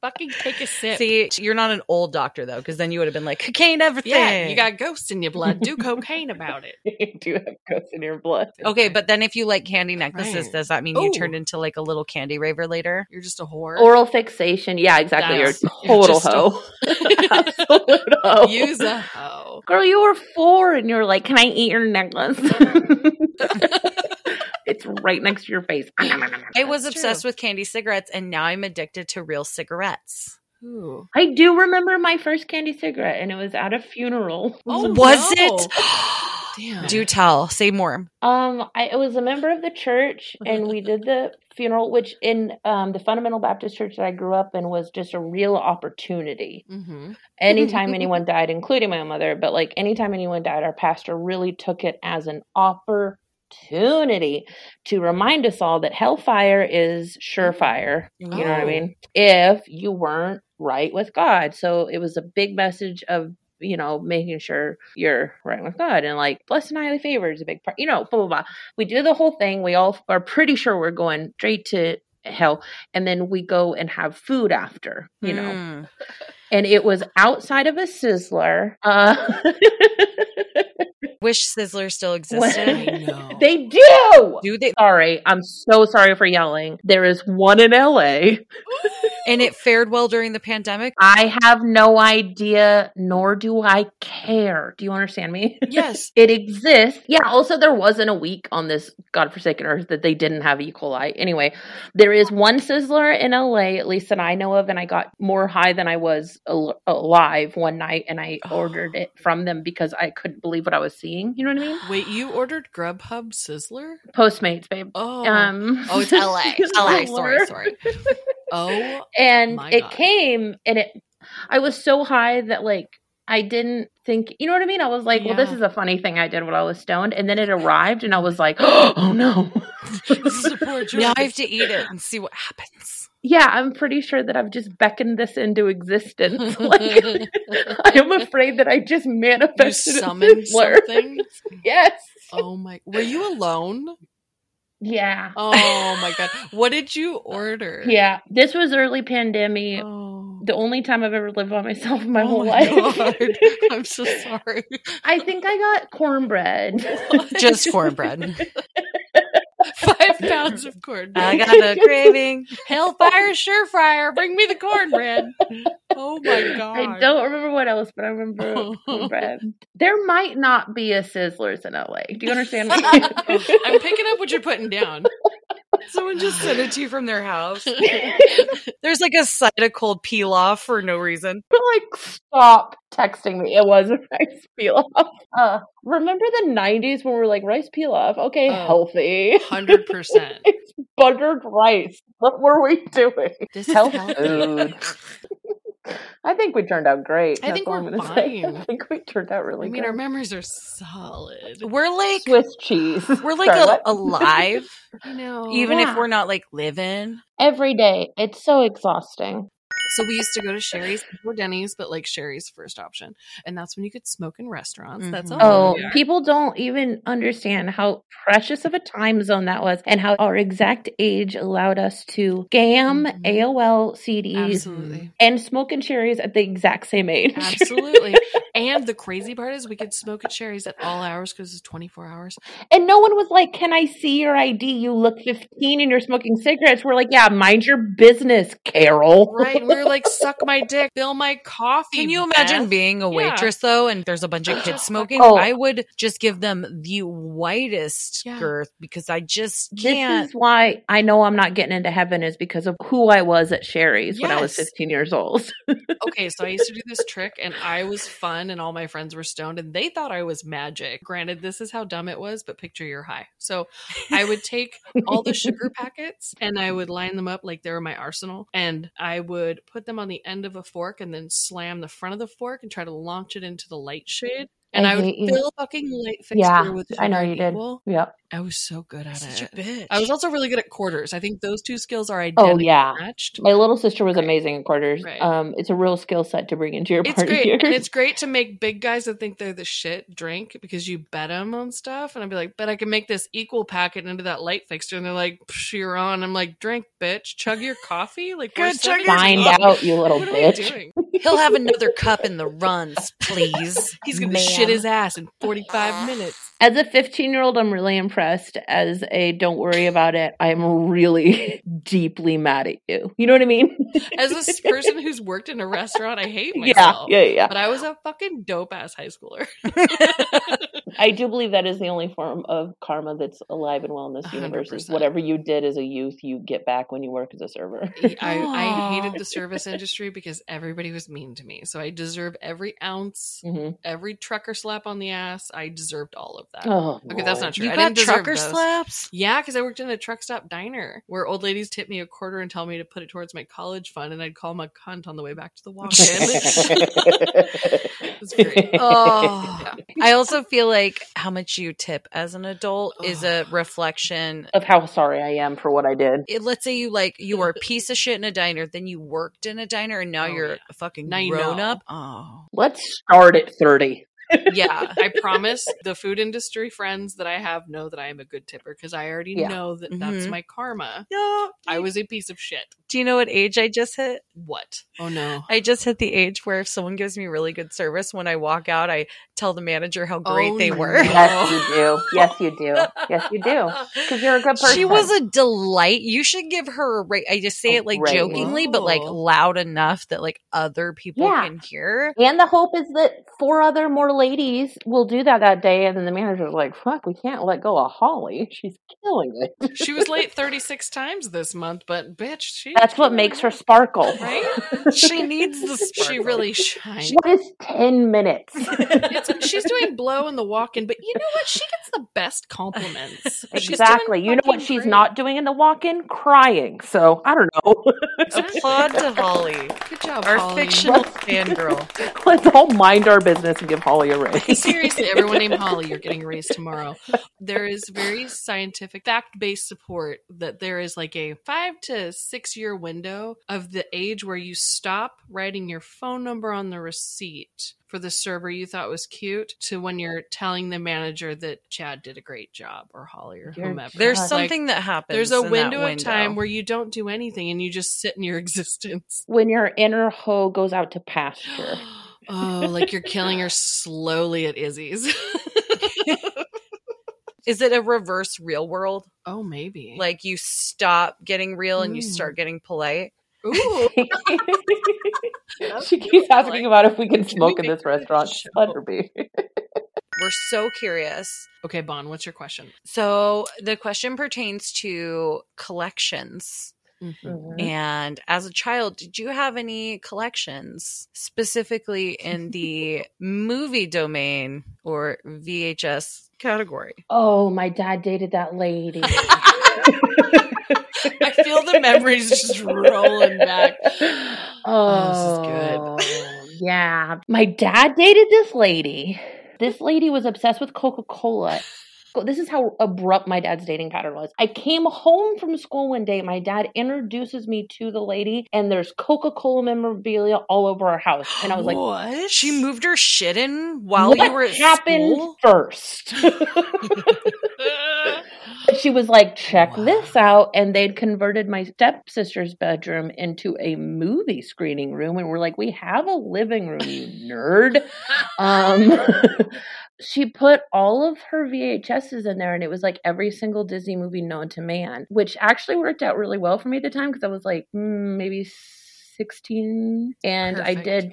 S2: Fucking take a sip.
S3: See, you're not an old doctor though, because then you would have been like cocaine everything.
S2: yeah, you got ghosts in your blood. Do cocaine about it.
S4: you do have ghosts in your blood.
S3: okay. But then if you like candy necklaces,
S2: Right.
S3: does that mean you
S2: Ooh.
S3: turned into like a little candy raver later?
S2: You're just a whore.
S4: Oral fixation. Yeah, exactly.
S2: That's-
S4: You're a
S2: you're
S4: total
S2: just a-
S4: hoe. Absolute hoe.
S2: Use a hoe.
S4: Girl, you were four and you're like, can I eat your necklace? it's right next to your face.
S3: I was
S2: That's
S3: obsessed
S2: true.
S3: with candy cigarettes, and now I'm addicted to real cigarettes.
S2: Ooh.
S4: I do remember my first candy cigarette and it was at a funeral.
S2: Oh,
S3: was
S2: no.
S3: it?
S2: Damn.
S3: Do tell. Say more.
S4: Um, I it was a member of the church, and we did the funeral, which in um, the Fundamental Baptist Church that I grew up in was just a real opportunity.
S2: Mm-hmm.
S4: Anytime anyone died, including my own mother, but like anytime anyone died, our pastor really took it as an opportunity to remind us all that hellfire is surefire. You know what I
S2: Oh.
S4: mean? If you weren't right with God. So it was a big message of, you know, making sure you're right with God and like blessed and highly favored is a big part, you know, blah, blah, blah. We do the whole thing. We all are pretty sure we're going straight to hell. And then we go and have food after, you know
S3: Mm.
S4: and it was outside of a sizzler uh
S3: wish Sizzler still
S2: Hmm. I
S3: existed.
S2: know.
S4: they do
S3: Do they?
S4: sorry i'm so sorry for yelling there is one in la
S3: And it fared well during the pandemic.
S4: i have no idea nor do i care do you understand me
S2: yes.
S4: it exists yeah also there wasn't a week on this godforsaken earth that they didn't have e coli anyway there is one sizzler in la at least that i know of and i got more high than i was al- alive one night and i ordered it from them because i couldn't believe what i was seeing you know what i mean
S2: Wait, you ordered Grubhub Sizzler?
S4: Postmates, babe.
S2: Oh.
S4: Um,
S3: Oh, it's LA. LA. Sorry, sorry.
S2: oh.
S4: And
S2: My
S4: it
S2: God.
S4: came, and it. I was so high that like I didn't think. You know what I mean? I was like, well, this
S2: Yeah.
S4: is a funny thing I did when I was stoned, and then it arrived, and I was like, oh no.
S2: This is a poor joke.
S3: Now I have to eat it and see what happens.
S4: yeah, I'm pretty sure that I've just beckoned this into existence. like, I am afraid that I just
S2: you
S4: manifested a
S2: summoned
S4: Sizzler.
S2: something?
S4: Yes.
S2: Oh my. Were you alone?
S4: Yeah.
S2: Oh my God. What did you order?
S4: Yeah. This was early pandemic.
S2: Oh.
S4: The only time I've ever lived by myself in my
S2: Oh
S4: whole
S2: my
S4: life.
S2: God. I'm so sorry.
S4: I think I got cornbread.
S3: Just cornbread.
S2: Five pounds of cornbread.
S3: I got a craving.
S2: Hellfire Surefire, bring me the cornbread. Oh my god.
S4: I don't remember what else, but I remember cornbread. There might not be a Sizzlers in LA. Do you understand? what I mean?
S2: I'm picking up what you're putting down.
S3: Someone just sent it to you from their house. There's like a side of cold pilaf for no reason.
S4: But, like, stop texting me. It was a rice pilaf. Uh, remember the '90s when we were like rice pilaf? Okay,
S2: Oh.
S4: healthy.
S2: Hundred percent.
S4: It's buttered rice. What were we doing?
S2: This is
S4: Health
S2: healthy.
S4: food. I think we turned out great.
S2: I
S4: That's
S2: think
S4: all I'm
S2: we're
S4: gonna say. I
S2: fine.
S4: think we turned out really
S2: I mean,
S4: good.
S2: our memories are solid.
S3: We're like
S4: Swiss cheese.
S3: we're like
S4: Sorry,
S3: a,
S4: what?
S3: alive,
S2: You know,
S3: even
S4: Yeah.
S3: if we're not like living.
S4: every day. It's so exhausting.
S2: so we used to go to Sherry's or Denny's, but like Sherry's first option, and that's when you could smoke in restaurants. That's
S3: Mhm.
S2: all.
S4: Oh,
S2: Yeah.
S4: people don't even understand how precious of a time zone that was and how our exact age allowed us to gam
S2: Mhm.
S4: AOL CDs
S2: absolutely,
S4: and smoke and cherries at the exact same age.
S2: absolutely. and the crazy part is, we could smoke at Sherry's at all hours because it's twenty four hours.
S4: and no one was like, Can I see your ID? You look 15 and you're smoking cigarettes. We're like, Yeah, mind your business, Carol.
S2: Right. We were like, suck my dick, fill my coffee.
S3: Can you imagine
S2: Beth."
S3: being a
S2: Yeah.
S3: waitress though, and there's a bunch of kids smoking?
S4: Oh.
S3: I would just give them the whitest
S2: Yeah.
S3: girth because I just
S4: This
S3: can't.
S4: is why I know I'm not getting into heaven is because of who I was at Sherry's when I was
S2: Yes.
S4: 15 years old.
S2: okay, so I used to do this trick and I was fun and all my friends were stoned and they thought I was magic. Granted, this is how dumb it was, but picture you're high. So I would take all the sugar packets and I would line them up like they were my arsenal and I would put them on the end of a fork and then slam the front of the fork and try to launch it into the light shade. and
S4: I
S2: I, would
S4: hate you.
S2: fill fucking late fixture
S4: Yeah,
S2: with
S4: I know
S2: sugar
S4: you did.
S2: equal.
S4: Yep.
S2: I was so good at
S3: Such
S2: it.
S3: a bitch.
S2: I was also really good at quarters. I think those two skills are identical.
S4: Oh yeah.
S2: Matched.
S4: My little sister was amazing at quarters.
S2: Right.
S4: Um, it's a real skill set to bring into your
S2: It's
S4: party.
S2: great,
S4: here.
S2: and it's great to make big guys that think they're the shit drink because you bet them on stuff. And I'd be like, "But I can make this equal packet into that light fixture," and they're like, Psh, "You're on." I'm like, "Drink, bitch. Chug your coffee. Like,
S3: Good,
S2: we're
S3: chug
S2: 70
S3: your
S4: Find
S3: Oh.
S4: out, you little
S2: What are we
S4: bitch.
S2: doing?
S3: He'll have another cup in the runs, please.
S2: He's gonna
S3: Ma'am.
S2: shit his ass in 45 minutes.
S4: As a 15 year old, I'm really impressed. As a don't worry about it, I'm really deeply mad at you. You know what I mean?
S2: As a s- person who's worked in a restaurant, I hate
S4: yeah,
S2: myself.
S4: yeah, yeah.
S2: But I was a fucking dope ass high schooler.
S4: I do believe that is the only form of karma that's alive and well in this
S2: A hundred
S4: universe. Is
S2: percent.
S4: whatever you did as a youth, you get back when you work as a server.
S2: I, I
S3: Aw.
S2: hated the service industry because everybody was mean to me. So I deserve every ounce,
S4: hmm
S2: every trucker slap on the ass. I deserved all of that.
S4: Oh,
S2: okay, that's not true.
S3: You
S2: I
S3: got
S2: didn't deserve
S3: trucker
S2: those.
S3: slaps?
S2: Yeah, because I worked in a truck stop diner where old ladies tip me a quarter and tell me to put it towards my college fund, and I'd call them a cunt on the way back to the walk in. It's great.
S3: Oh, I also feel like how much you tip as an adult is a reflection
S4: of how sorry I am for what I did.
S3: it- let's say you like you were a piece of shit in a diner, then you worked in a diner, and now
S2: Oh,
S3: you're
S2: yeah.
S3: a fucking
S2: Now
S3: grown
S2: you know.
S3: up. Oh,
S4: Let's start at 30.
S3: yeah.
S2: I promise the food industry friends that I have know that I am a good tipper because I already
S4: Yeah. Mm-hmm.
S2: know that that's
S3: Mhm.
S2: my karma.
S3: No,
S2: I was a piece of shit.
S3: Do you know what age I just hit?
S2: What? Oh no.
S3: I just hit the age where if someone gives me really good service, when I walk out, I tell the manager how great
S2: Oh,
S3: they
S2: no.
S3: were.
S4: Yes, you do. Yes, you do. Yes, you do. Because you're a good person.
S3: She was a delight. You should give her a rate. I just say
S4: A
S3: it like
S4: raise.
S3: jokingly, but like
S2: Whoa.
S3: loud enough that like other people
S4: Yeah.
S3: can hear.
S4: And the hope is that four other more ladies will do that that day. And then the manager's like, fuck, we can't let go of Holly. She's killing it.
S2: She was late 36 times this month, but bitch, she
S4: That's what makes her sparkle.
S2: right?
S3: She needs the sparkle.
S2: She really shines.
S4: What is 10 minutes?
S2: It's- she's doing blow in the walk-in, but you know what? She gets the best compliments. She's doing
S4: exactly. You know what
S2: fucking
S4: she's
S2: great.
S4: not doing in the walk in? Crying. So I don't know.
S2: Exactly.
S3: applaud to Holly,
S2: Good job,
S3: our
S2: Holly.
S3: fictional fangirl.
S4: Let's all mind our business and give Holly a raise.
S2: Seriously, everyone named Holly, you're getting raised tomorrow. There is very scientific, fact based support that there is like a five to six year window of the age where you stop writing your phone number on the receipt for the server you thought was cute to when you're telling the manager that Chad did a great job or Holly or
S4: You're
S2: whomever.
S3: There's
S4: God,
S2: Like,
S3: something that happens.
S2: there's a
S3: in that
S2: window, of time where you don't do anything and you just sit in your existence.
S4: When your inner hoe goes out to pasture.
S2: Oh, like you're killing her slowly at Izzy's.
S3: is it a reverse real world?
S2: oh, maybe.
S3: Like you stop getting real and you
S2: Mm.
S3: start getting polite.
S2: Ooh.
S4: she keeps asking about if we can smoke in this restaurant. Just Let her be.
S3: We're so curious.
S2: Okay, Bon, what's your question?
S3: So the question pertains to collections.
S2: Mm-hmm.
S3: Mm-hmm. And as a child, did you have any collections specifically in the movie domain or VHS category?
S4: Oh, my dad dated that lady.
S2: I feel the memories just rolling back.
S4: Oh,
S2: Oh,
S4: this is good. yeah. My dad dated this lady. This lady was obsessed with Coca Cola. This is how abrupt my dad's dating pattern was. I came home from school one day. My dad introduces me to the lady, and there's Coca Cola memorabilia all over our house. And I was like,
S2: what?
S3: She moved her shit in while
S4: what
S3: you were at
S4: happened
S3: school?
S4: first? she was like, check
S2: Wow.
S4: this out. And they'd converted my stepsister's bedroom into a movie screening room. And we're like, we have a living room, you nerd. Um, she put all of her VHSs in there, and it was like every single Disney movie known to man, which actually worked out really well for me at the time because I was like mm, maybe. 16 and I
S2: Perfect.
S4: did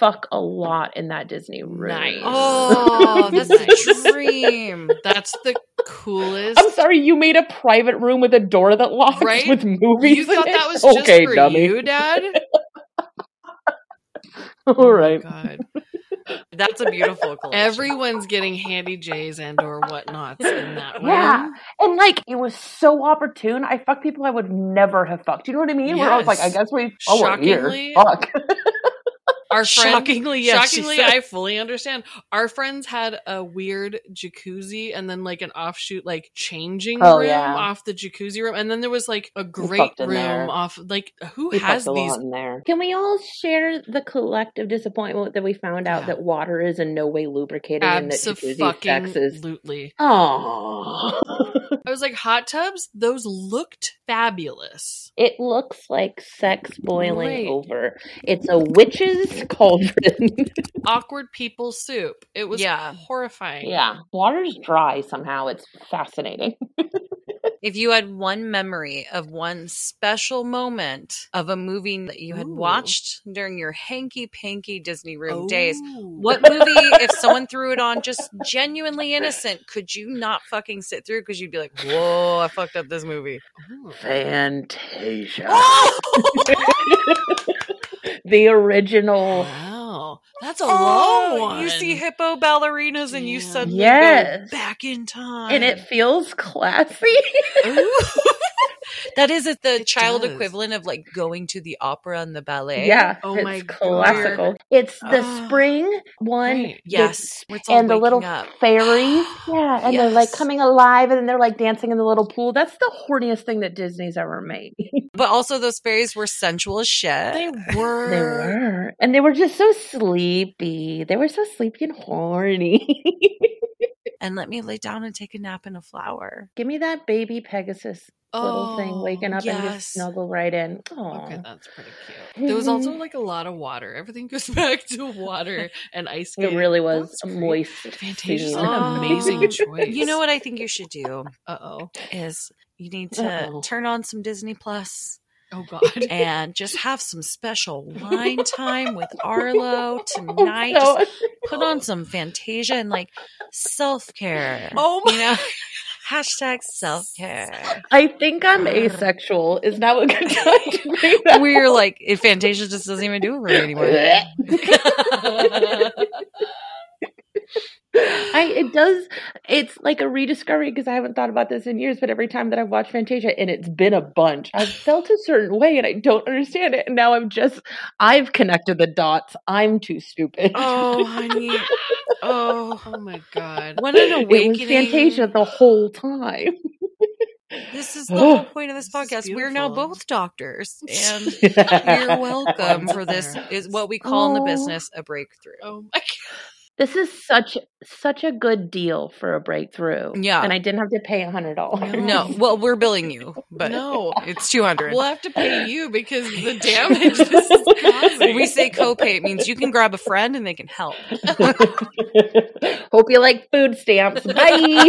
S4: fuck a lot in that Disney room.
S2: Nice.
S3: Oh, that's
S2: Nice.
S3: a dream.
S2: That's the coolest.
S4: I'm sorry, you made a private room with a door that locks
S2: Right?
S4: with movies.
S2: You
S4: in
S2: thought
S4: it?
S2: that was just
S4: okay,
S2: for
S4: dummy.
S2: you, Dad?
S4: All right.
S2: Oh, my God.
S3: That's a beautiful collection.
S2: Everyone's getting handy J's and or whatnots in that room.
S4: Yeah. And like it was so opportune. I fucked people I would never have fucked. You know what I mean? Where I was like, I
S2: Yes.
S4: guess we oh we're here.
S2: Shockingly-
S4: Fuck.
S2: Our friend,
S3: shockingly, yes. she
S2: Shockingly,
S3: said.
S2: I fully understand. Our friends had a weird jacuzzi and then like an offshoot, like changing
S4: Oh,
S2: room
S4: yeah.
S2: off the jacuzzi room, and then there was like a
S4: fucked
S2: great
S4: in
S2: room
S4: there.
S2: off. Like who
S4: We
S2: has
S4: fucked a
S2: these?
S4: lot in there. Can we all share the collective disappointment that we found out
S2: Yeah.
S4: that water is in no way lubricated and that jacuzzi sex is?
S2: Absolutely.
S4: Oh,
S2: I was like, hot tubs. Those looked fabulous.
S4: it looks like sex boiling
S2: Right.
S4: over. It's a witch's cauldron.
S2: Awkward people soup. It was
S3: Yeah.
S2: horrifying.
S4: yeah, water's dry somehow. It's fascinating.
S3: If you had one memory of one special moment of a movie that you had
S2: Ooh.
S3: watched during your hanky panky Disney room
S2: Oh.
S3: days, what movie, if someone threw it on just genuinely innocent, could you not fucking sit through? Because you'd be like, whoa, I fucked up this movie.
S2: Oh.
S4: Fantasia. the original.
S2: Wow, that's a
S3: Oh,
S2: long one.
S3: you see hippo ballerinas and you
S2: Damn.
S3: suddenly
S4: Yes.
S3: go back in time.
S4: And it feels classy.
S2: Ooh.
S3: that is it, the
S2: It
S3: child
S2: does.
S3: equivalent of like going to the opera and the ballet.
S4: yeah,
S2: Oh
S4: it's
S2: my God.
S4: classical. It's the
S2: Ah.
S4: spring one.
S2: Right.
S4: the-
S3: Yes. Where it's all
S4: and the little
S3: waking up.
S4: fairies. Yeah, and they're like
S3: Yes.
S4: coming alive and they're like dancing in the little pool. That's the horniest thing that Disney's ever made.
S3: But also, those fairies were sensual as shit.
S2: They
S4: they
S2: were.
S4: were. And they were just so sleepy. They were so sleepy and horny.
S3: and let me lay down and take a nap in a flower.
S4: Give me that baby Pegasus little thing waking up and
S3: yes.
S4: just snuggle right in. Oh,
S2: Oh, Okay, that's pretty cute. There was also like a lot of water. Everything goes back to water and ice
S4: it
S2: skating.
S4: really
S2: That
S4: was, a
S2: great.
S4: moist.
S2: Fantasia's
S4: scene.
S2: an
S3: Oh.
S2: amazing choice.
S3: You know what I think you should do
S2: Uh oh.
S3: is you need to
S4: Uh-oh.
S3: turn on some Disney Plus
S2: Oh God.
S3: and just have some special wine time with Arlo
S4: I'm
S3: tonight.
S4: so-
S3: Just put on some Fantasia and like self care.
S2: Oh my.
S3: You know, hashtag self care.
S4: I think I'm asexual. Is not what good time to bring that
S3: We're like, if Fantasia just doesn't even do it for me anymore.
S4: I it does. It's like a rediscovery because I haven't thought about this in years. But every time that I've watched Fantasia, and it's been a bunch, I've felt a certain way, and I don't understand it. And now I'm just, I've connected the dots. I'm too stupid.
S3: Oh, honey. Oh,
S2: Oh my God.
S3: what an
S4: it was
S3: awakening.
S4: Fantasia the whole time.
S3: This is the whole point of this
S2: This is
S3: podcast. We're now
S2: beautiful.
S3: both doctors, and you're
S4: You're
S3: welcome for this. Is what we call in the business a breakthrough.
S2: Oh my.
S4: This is such such a good deal for a breakthrough.
S3: Yeah.
S4: and I didn't have to pay a hundred dollars.
S3: No, well, we're billing you, but
S2: God. No.
S3: it's two hundred.
S2: We'll have to pay you because the damage this is causing.
S3: we say copay. It means you can grab a friend and they can help.
S4: Hope you like food stamps. Bye.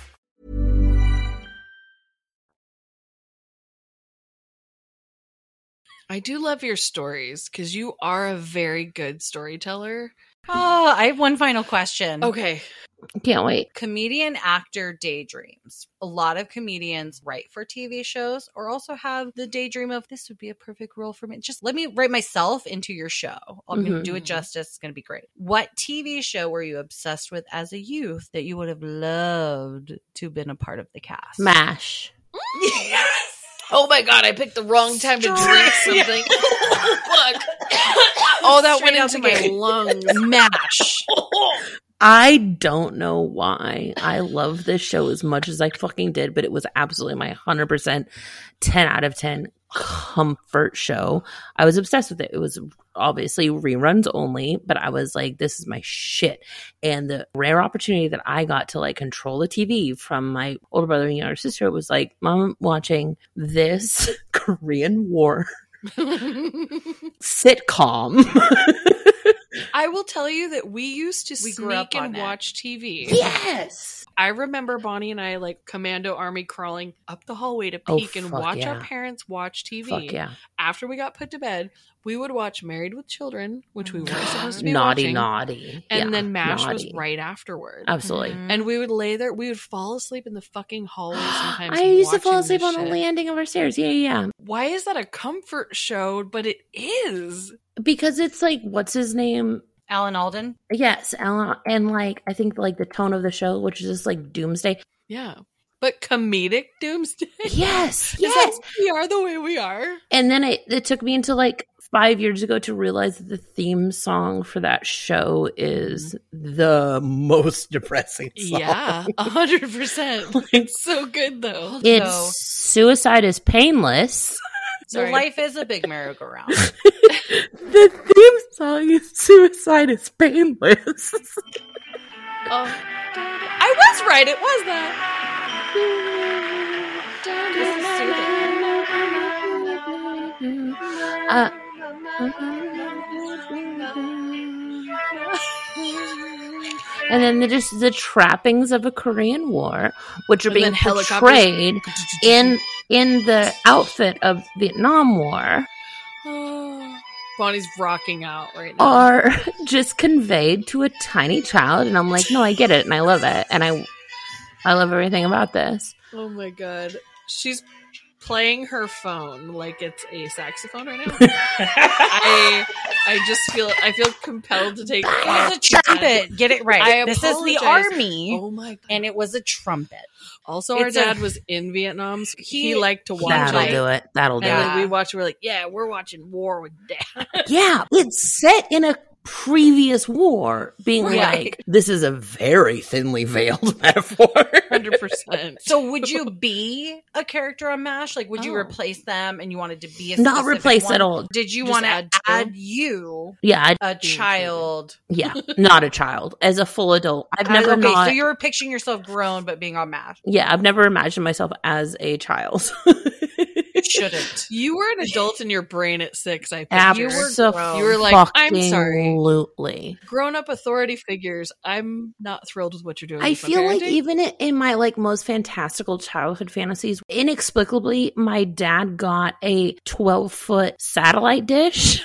S2: I do love your stories because you are a very good storyteller.
S3: Oh, I have one final question.
S2: Okay.
S4: Can't wait.
S3: comedian actor daydreams. A lot of comedians write for TV shows or also have the daydream of this would be a perfect role for me. Just let me write myself into your show. I'm going to
S4: Mhm.
S3: do it justice. It's going to be great. What TV show were you obsessed with as a youth that you would have loved to have been a part of the cast?
S4: Mash.
S3: Yes.
S2: Oh my god, I picked the wrong time to drink something. Fuck. Oh, that
S3: Straight
S2: went
S3: out
S2: into
S3: the
S2: my
S3: gate.
S2: lungs.
S3: Mash.
S4: I don't know why I love this show as much as I fucking did, but it was absolutely my 100% 10 out of 10 comfort show. I was obsessed with it. It was obviously reruns only, but I was like, this is my shit. And the rare opportunity that I got to like control the TV from my older brother and younger sister was like, Mom, I'm watching this Korean War sitcom.
S2: I will tell you that we used to
S3: We grew
S2: sneak
S3: up on
S2: and
S3: it.
S2: watch TV.
S4: yes.
S2: I remember Bonnie and I like commando army crawling up the hallway to
S4: Oh,
S2: peek and
S4: fuck
S2: watch
S4: yeah.
S2: our parents watch TV.
S4: Fuck yeah.
S2: After we got put to bed, we would watch Married with Children, which we weren't supposed to be
S4: naughty,
S2: watching.
S4: naughty.
S2: And
S4: Yeah,
S2: then MASH was
S4: naughty.
S2: right afterward.
S4: Absolutely.
S2: And we would lay there. We would fall asleep in the fucking hallway sometimes.
S4: I used to fall
S2: watching
S4: asleep
S2: this
S4: on the
S2: shit.
S4: landing of our stairs. Yeah, yeah. yeah.
S2: Why is that a comfort show? But it is.
S4: Because it's like, what's his name?
S3: Alan Alden.
S4: Yes, Alan. And like, I think like the tone of the show, which is just like doomsday.
S2: Yeah. But comedic doomsday.
S4: Yes,
S2: Is that
S4: yes.
S2: why we are the way we are.
S4: And then it, it took me until like five years ago to realize that the theme song for that show is the most depressing song.
S2: Yeah, a hundred percent.
S4: Like,
S2: So good though.
S4: it's
S3: So-
S4: Suicide is Painless.
S3: So
S2: Sorry.
S3: life is a big merry-go-round.
S4: the theme song is Suicide is Painless.
S2: Oh, I was right. It was that.
S4: Uh, and then the, just the trappings of a Korean war, which are
S2: And
S4: being
S2: then helicopters.
S4: portrayed in in the outfit of Vietnam War,
S2: Oh, Bonnie's rocking out right now.
S4: are just conveyed to a tiny child, and I'm like, no, I get it, and I love it, and I I love everything about this.
S2: oh my god, she's playing her phone like it's a saxophone right now. I I just feel I feel compelled to take.
S3: It was a trumpet. Get it right.
S2: I
S3: this is the
S2: apologize.
S3: army.
S2: Oh my god!
S3: And it was a trumpet.
S2: also, our
S3: it's a-
S2: dad was in Vietnam. So he,
S3: He-
S2: liked to watch.
S4: That'll
S2: Like,
S4: do it. That'll do
S2: And
S4: it.
S3: Yeah.
S2: then we watch. We're like, yeah, we're watching War with Dad.
S4: Yeah, it's set in a previous war, being
S3: Right.
S4: like, this is a very thinly veiled metaphor.
S2: Hundred percent.
S3: So would you be a character on MASH? Like, would you
S2: Oh.
S3: replace them and you wanted to be a
S4: Not
S3: specific
S4: replace
S3: one?
S4: at all.
S3: Did you
S2: Just
S3: want to add,
S2: add to?
S3: you
S4: Yeah, I,
S3: a child?
S4: yeah, not a child. As a full adult, I've never
S3: okay,
S4: not.
S3: so you're picturing yourself grown but being on MASH.
S4: yeah, I've never imagined myself as a child.
S3: Shouldn't.
S2: You were an adult in your brain at six. I think you were
S4: Absolutely.
S2: You were like, I'm sorry.
S4: Absolutely.
S2: grown up authority figures. I'm not thrilled with what you're doing.
S4: I
S2: with my
S4: feel like
S2: parenting.
S4: even i- in my like most fantastical childhood fantasies, inexplicably, my dad got a 12 foot satellite dish.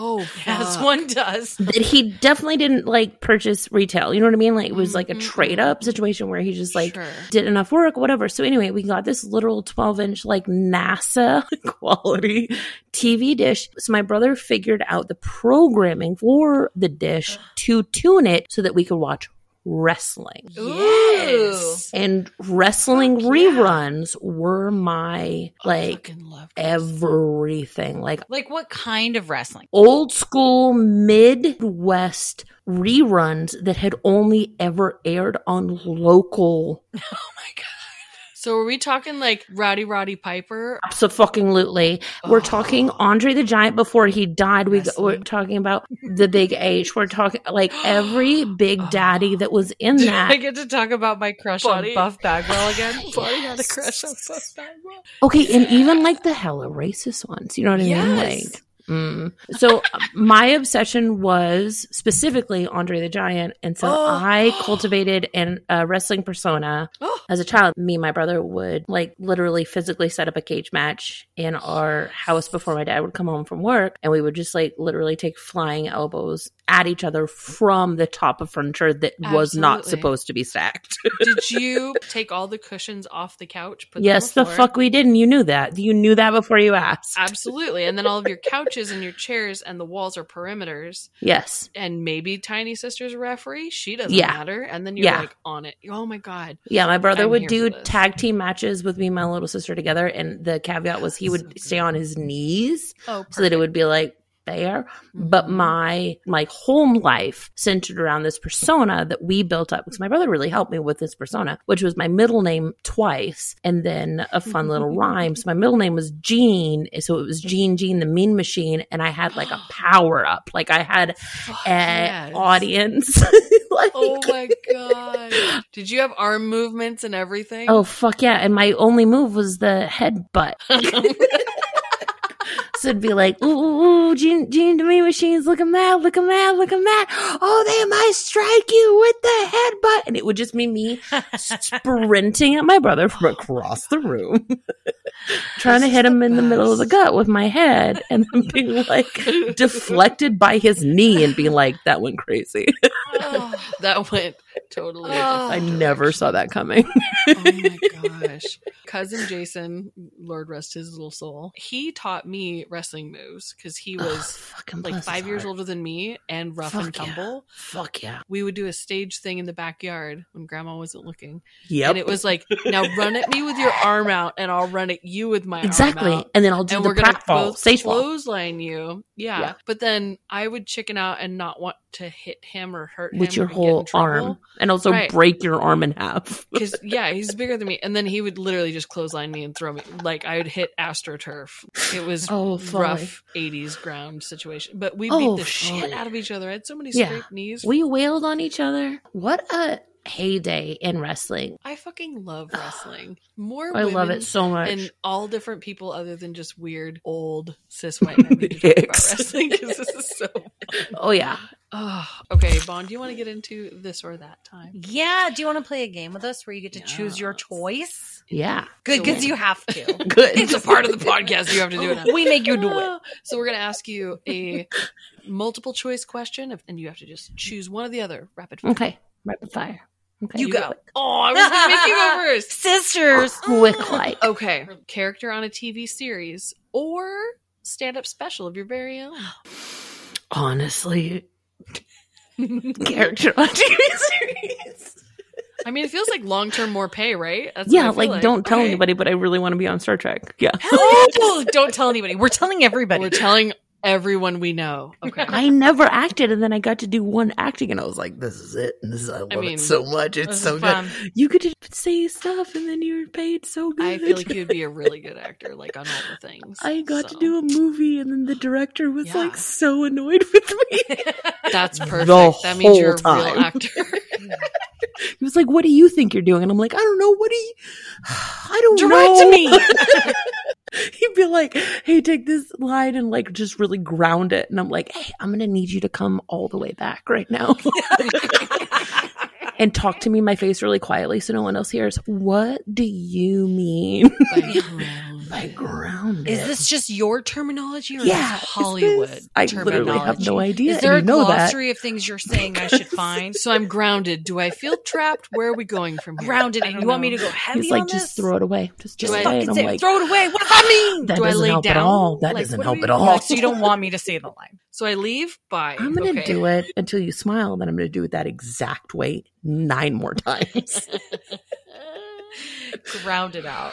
S2: oh,
S3: As
S2: fuck.
S3: one does.
S4: that he definitely didn't like purchase retail. You know what I mean? Like it was like a
S2: Mhm.
S4: trade up situation where he just like
S2: Sure.
S4: did enough work, whatever. So anyway, we got this literal 12 inch like NASA quality TV dish. So my brother figured out the programming for the dish to tune it so that we could watch wrestling.
S3: Yes.
S4: And wrestling
S2: Fuck yeah.
S4: reruns were my like
S2: I fucking love this.
S4: everything. Like
S3: Like, what kind of wrestling?
S4: old school Midwest reruns that had only ever aired on local.
S2: So are we talking like Rowdy Roddy Piper?
S4: Absolutely. We're
S2: Oh.
S4: talking Andre the Giant before he died. We,
S3: Wrestling.
S4: we're talking about the Big H. We're talking like every big daddy that was in
S3: I
S4: that.
S3: get to talk about my crush
S2: Buddy.
S3: on Buff Bagwell again.
S2: Bonnie had a crush on Buff Bagwell.
S4: Okay, and even like the hella racist ones. You know what I mean? Like Mm. So my obsession was specifically Andre the Giant, and so
S2: Oh.
S4: I cultivated an, a wrestling persona
S2: Oh.
S4: as a child. Me and my brother would like literally physically set up a cage match in our house before my dad would come home from work, and we would just like literally take flying elbows at each other from the top of furniture that was not
S2: Absolutely.
S4: supposed to be stacked.
S2: Did you take all the cushions off the couch? Put them on
S4: yes, the
S2: floor?
S4: fuck we did, and you knew that. You knew that before you asked.
S2: Absolutely. And then all of your couches and your chairs and the walls are perimeters.
S4: yes.
S2: And maybe Tiny Sister's a referee. She doesn't
S4: Yeah.
S2: matter. And then you're
S4: Yeah.
S2: like on it. Oh my God.
S4: Yeah, my brother
S2: I'm
S4: would
S2: here
S4: do
S2: for this.
S4: tag team matches with me and my little sister together, and the caveat was he
S2: That's
S4: would
S2: so good.
S4: stay on his knees
S2: Oh, Mm-hmm.
S4: so that it would be like there. But my my home life centered around this persona that we built up because my brother really helped me with this persona, which was my middle name twice, and then a fun little rhyme. So my middle name was Jean, so it was Jean Jean the Mean Machine, and I had like a power up, like I had
S2: Fuck
S4: an
S2: yes.
S4: audience. like,
S2: Oh my God. Did you have arm movements and everything?
S4: Oh fuck yeah! And my only move was the headbutt. so it'd be like, ooh, ooh, ooh Gene, Gene, to me machines, look at that, look at that, look at that. Oh, they might strike you with the headbutt, and it would just be me sprinting at my brother from across the room, trying to
S2: This is
S4: hit him
S2: the
S4: in the middle of the
S2: best.
S4: gut with my head, and then being like deflected by his knee and being like, that went crazy.
S2: Oh, that went totally.
S4: I never saw that coming.
S2: oh my gosh. Cousin Jason, Lord rest his little soul, he taught me wrestling moves because he was
S4: Fucking
S2: like
S4: bless his
S2: five years
S4: heart.
S2: older than me and rough and
S4: Fuck yeah.
S2: tumble.
S4: Fuck yeah.
S2: We would do a stage thing in the backyard when grandma wasn't looking.
S4: Yep.
S2: And it was like, now run at me with your arm out and I'll run at you with my arm
S4: Exactly.
S2: out.
S4: And then I'll do
S2: And
S4: the
S2: we're going to
S4: pratfall,
S2: both
S4: stage fall.
S2: clothesline you. Yeah.
S4: Yeah.
S2: But then I would chicken out and not want to hit him or hurt him.
S4: with your
S2: or get in
S4: whole
S2: trouble.
S4: arm and also
S2: Right.
S4: break your arm in half.
S2: Because yeah, he's bigger than me, and then he would literally just clothesline me and throw me like I would hit astroturf. It was
S4: Oh,
S2: rough '80s ground situation, but we beat
S4: Oh,
S2: the shit
S4: fully.
S2: out of each other. I had so many
S4: Yeah.
S2: scraped knees.
S4: We wailed on each other. What a heyday in wrestling.
S2: I fucking love wrestling. More
S4: I love
S2: women
S4: it so much.
S2: and all different people other than just weird old cis white men need to talk about
S4: Hicks.
S2: wrestling 'cause this is so.
S4: oh yeah.
S2: Oh, okay, Bond. Do you want to get into this or that time?
S3: Yeah. Do you want to play a game with us where you get to choose your
S2: Yes.
S3: choice?
S4: Yeah.
S3: Good, because you have to.
S4: Good.
S2: It's a part of the podcast. You have to do it. now.
S3: we make you do it.
S2: Ah. So we're gonna ask you a multiple choice question, if- and you have to just choose one or the other. Rapid fire.
S4: Okay. Rapid fire. Okay.
S3: You go.
S2: Oh, I was gonna make you go first.
S3: Sisters.
S4: Quick like.
S2: Okay, character on a TV series or stand-up special of your very own.
S4: Honestly. Character on TV series.
S2: I mean, it feels like long-term more pay, right? That's what I
S4: yeah,
S2: feel
S4: like, don't tell
S2: Okay.
S4: anybody, but I really want to be on Star Trek. Yeah.
S3: Oh, don't tell anybody. We're telling everybody.
S2: We're telling everyone we know. Okay.
S4: I never acted, and then I got to do one acting, and I was like, "This is it, and this is I love
S2: mean,
S4: it so much.
S3: this
S4: It's
S3: is
S4: so good.
S3: fun.
S4: You get to say stuff, and then you're paid so good.
S2: I feel like you'd be a really good actor, like on all the things.
S4: I got to
S2: So,
S4: do a movie, and then the director was
S2: Yeah.
S4: like so annoyed with me.
S2: That's
S4: the
S2: perfect. that means you're a
S4: whole time.
S2: real actor.
S4: he was like, "What do you think you're doing?" And I'm like, "I don't know. What do you? I don't
S3: Direct
S4: know."
S3: me.
S4: He'd be like, "Hey, take this line and like just really ground it." And I'm like, "Hey, I'm gonna need you to come all the way back right now." and talk to me in my face really quietly so no one else hears. What do you mean by ground?
S3: Is this just your terminology or
S4: yeah
S3: is
S4: is
S3: this Hollywood
S4: this- I literally have no
S3: terminology?
S4: idea.
S3: Is there a
S4: and you know that.
S3: glossary of things you're saying I should find?
S2: so I'm grounded. Do I feel trapped? Where are we going from here?
S3: Grounded
S2: I
S3: it. You
S2: don't
S3: want me
S2: know.
S3: to go heavy
S4: He's like,
S3: on
S4: just
S3: this?
S4: throw it away. Just,
S2: Do
S4: just
S2: I
S4: throw it.
S3: fucking
S4: And I'm
S3: say,
S4: like,
S3: throw it away. What does that mean?
S4: that
S2: do I
S4: doesn't
S2: lay
S4: help
S2: down?
S4: at all. That
S2: Like,
S4: doesn't
S2: what do
S4: help
S2: we-
S4: at
S2: No,
S4: all.
S3: So you don't want me to say the line.
S2: So I leave by.
S4: I'm gonna do it until you smile. Then I'm gonna do it that exact way nine more times.
S3: Ground it out.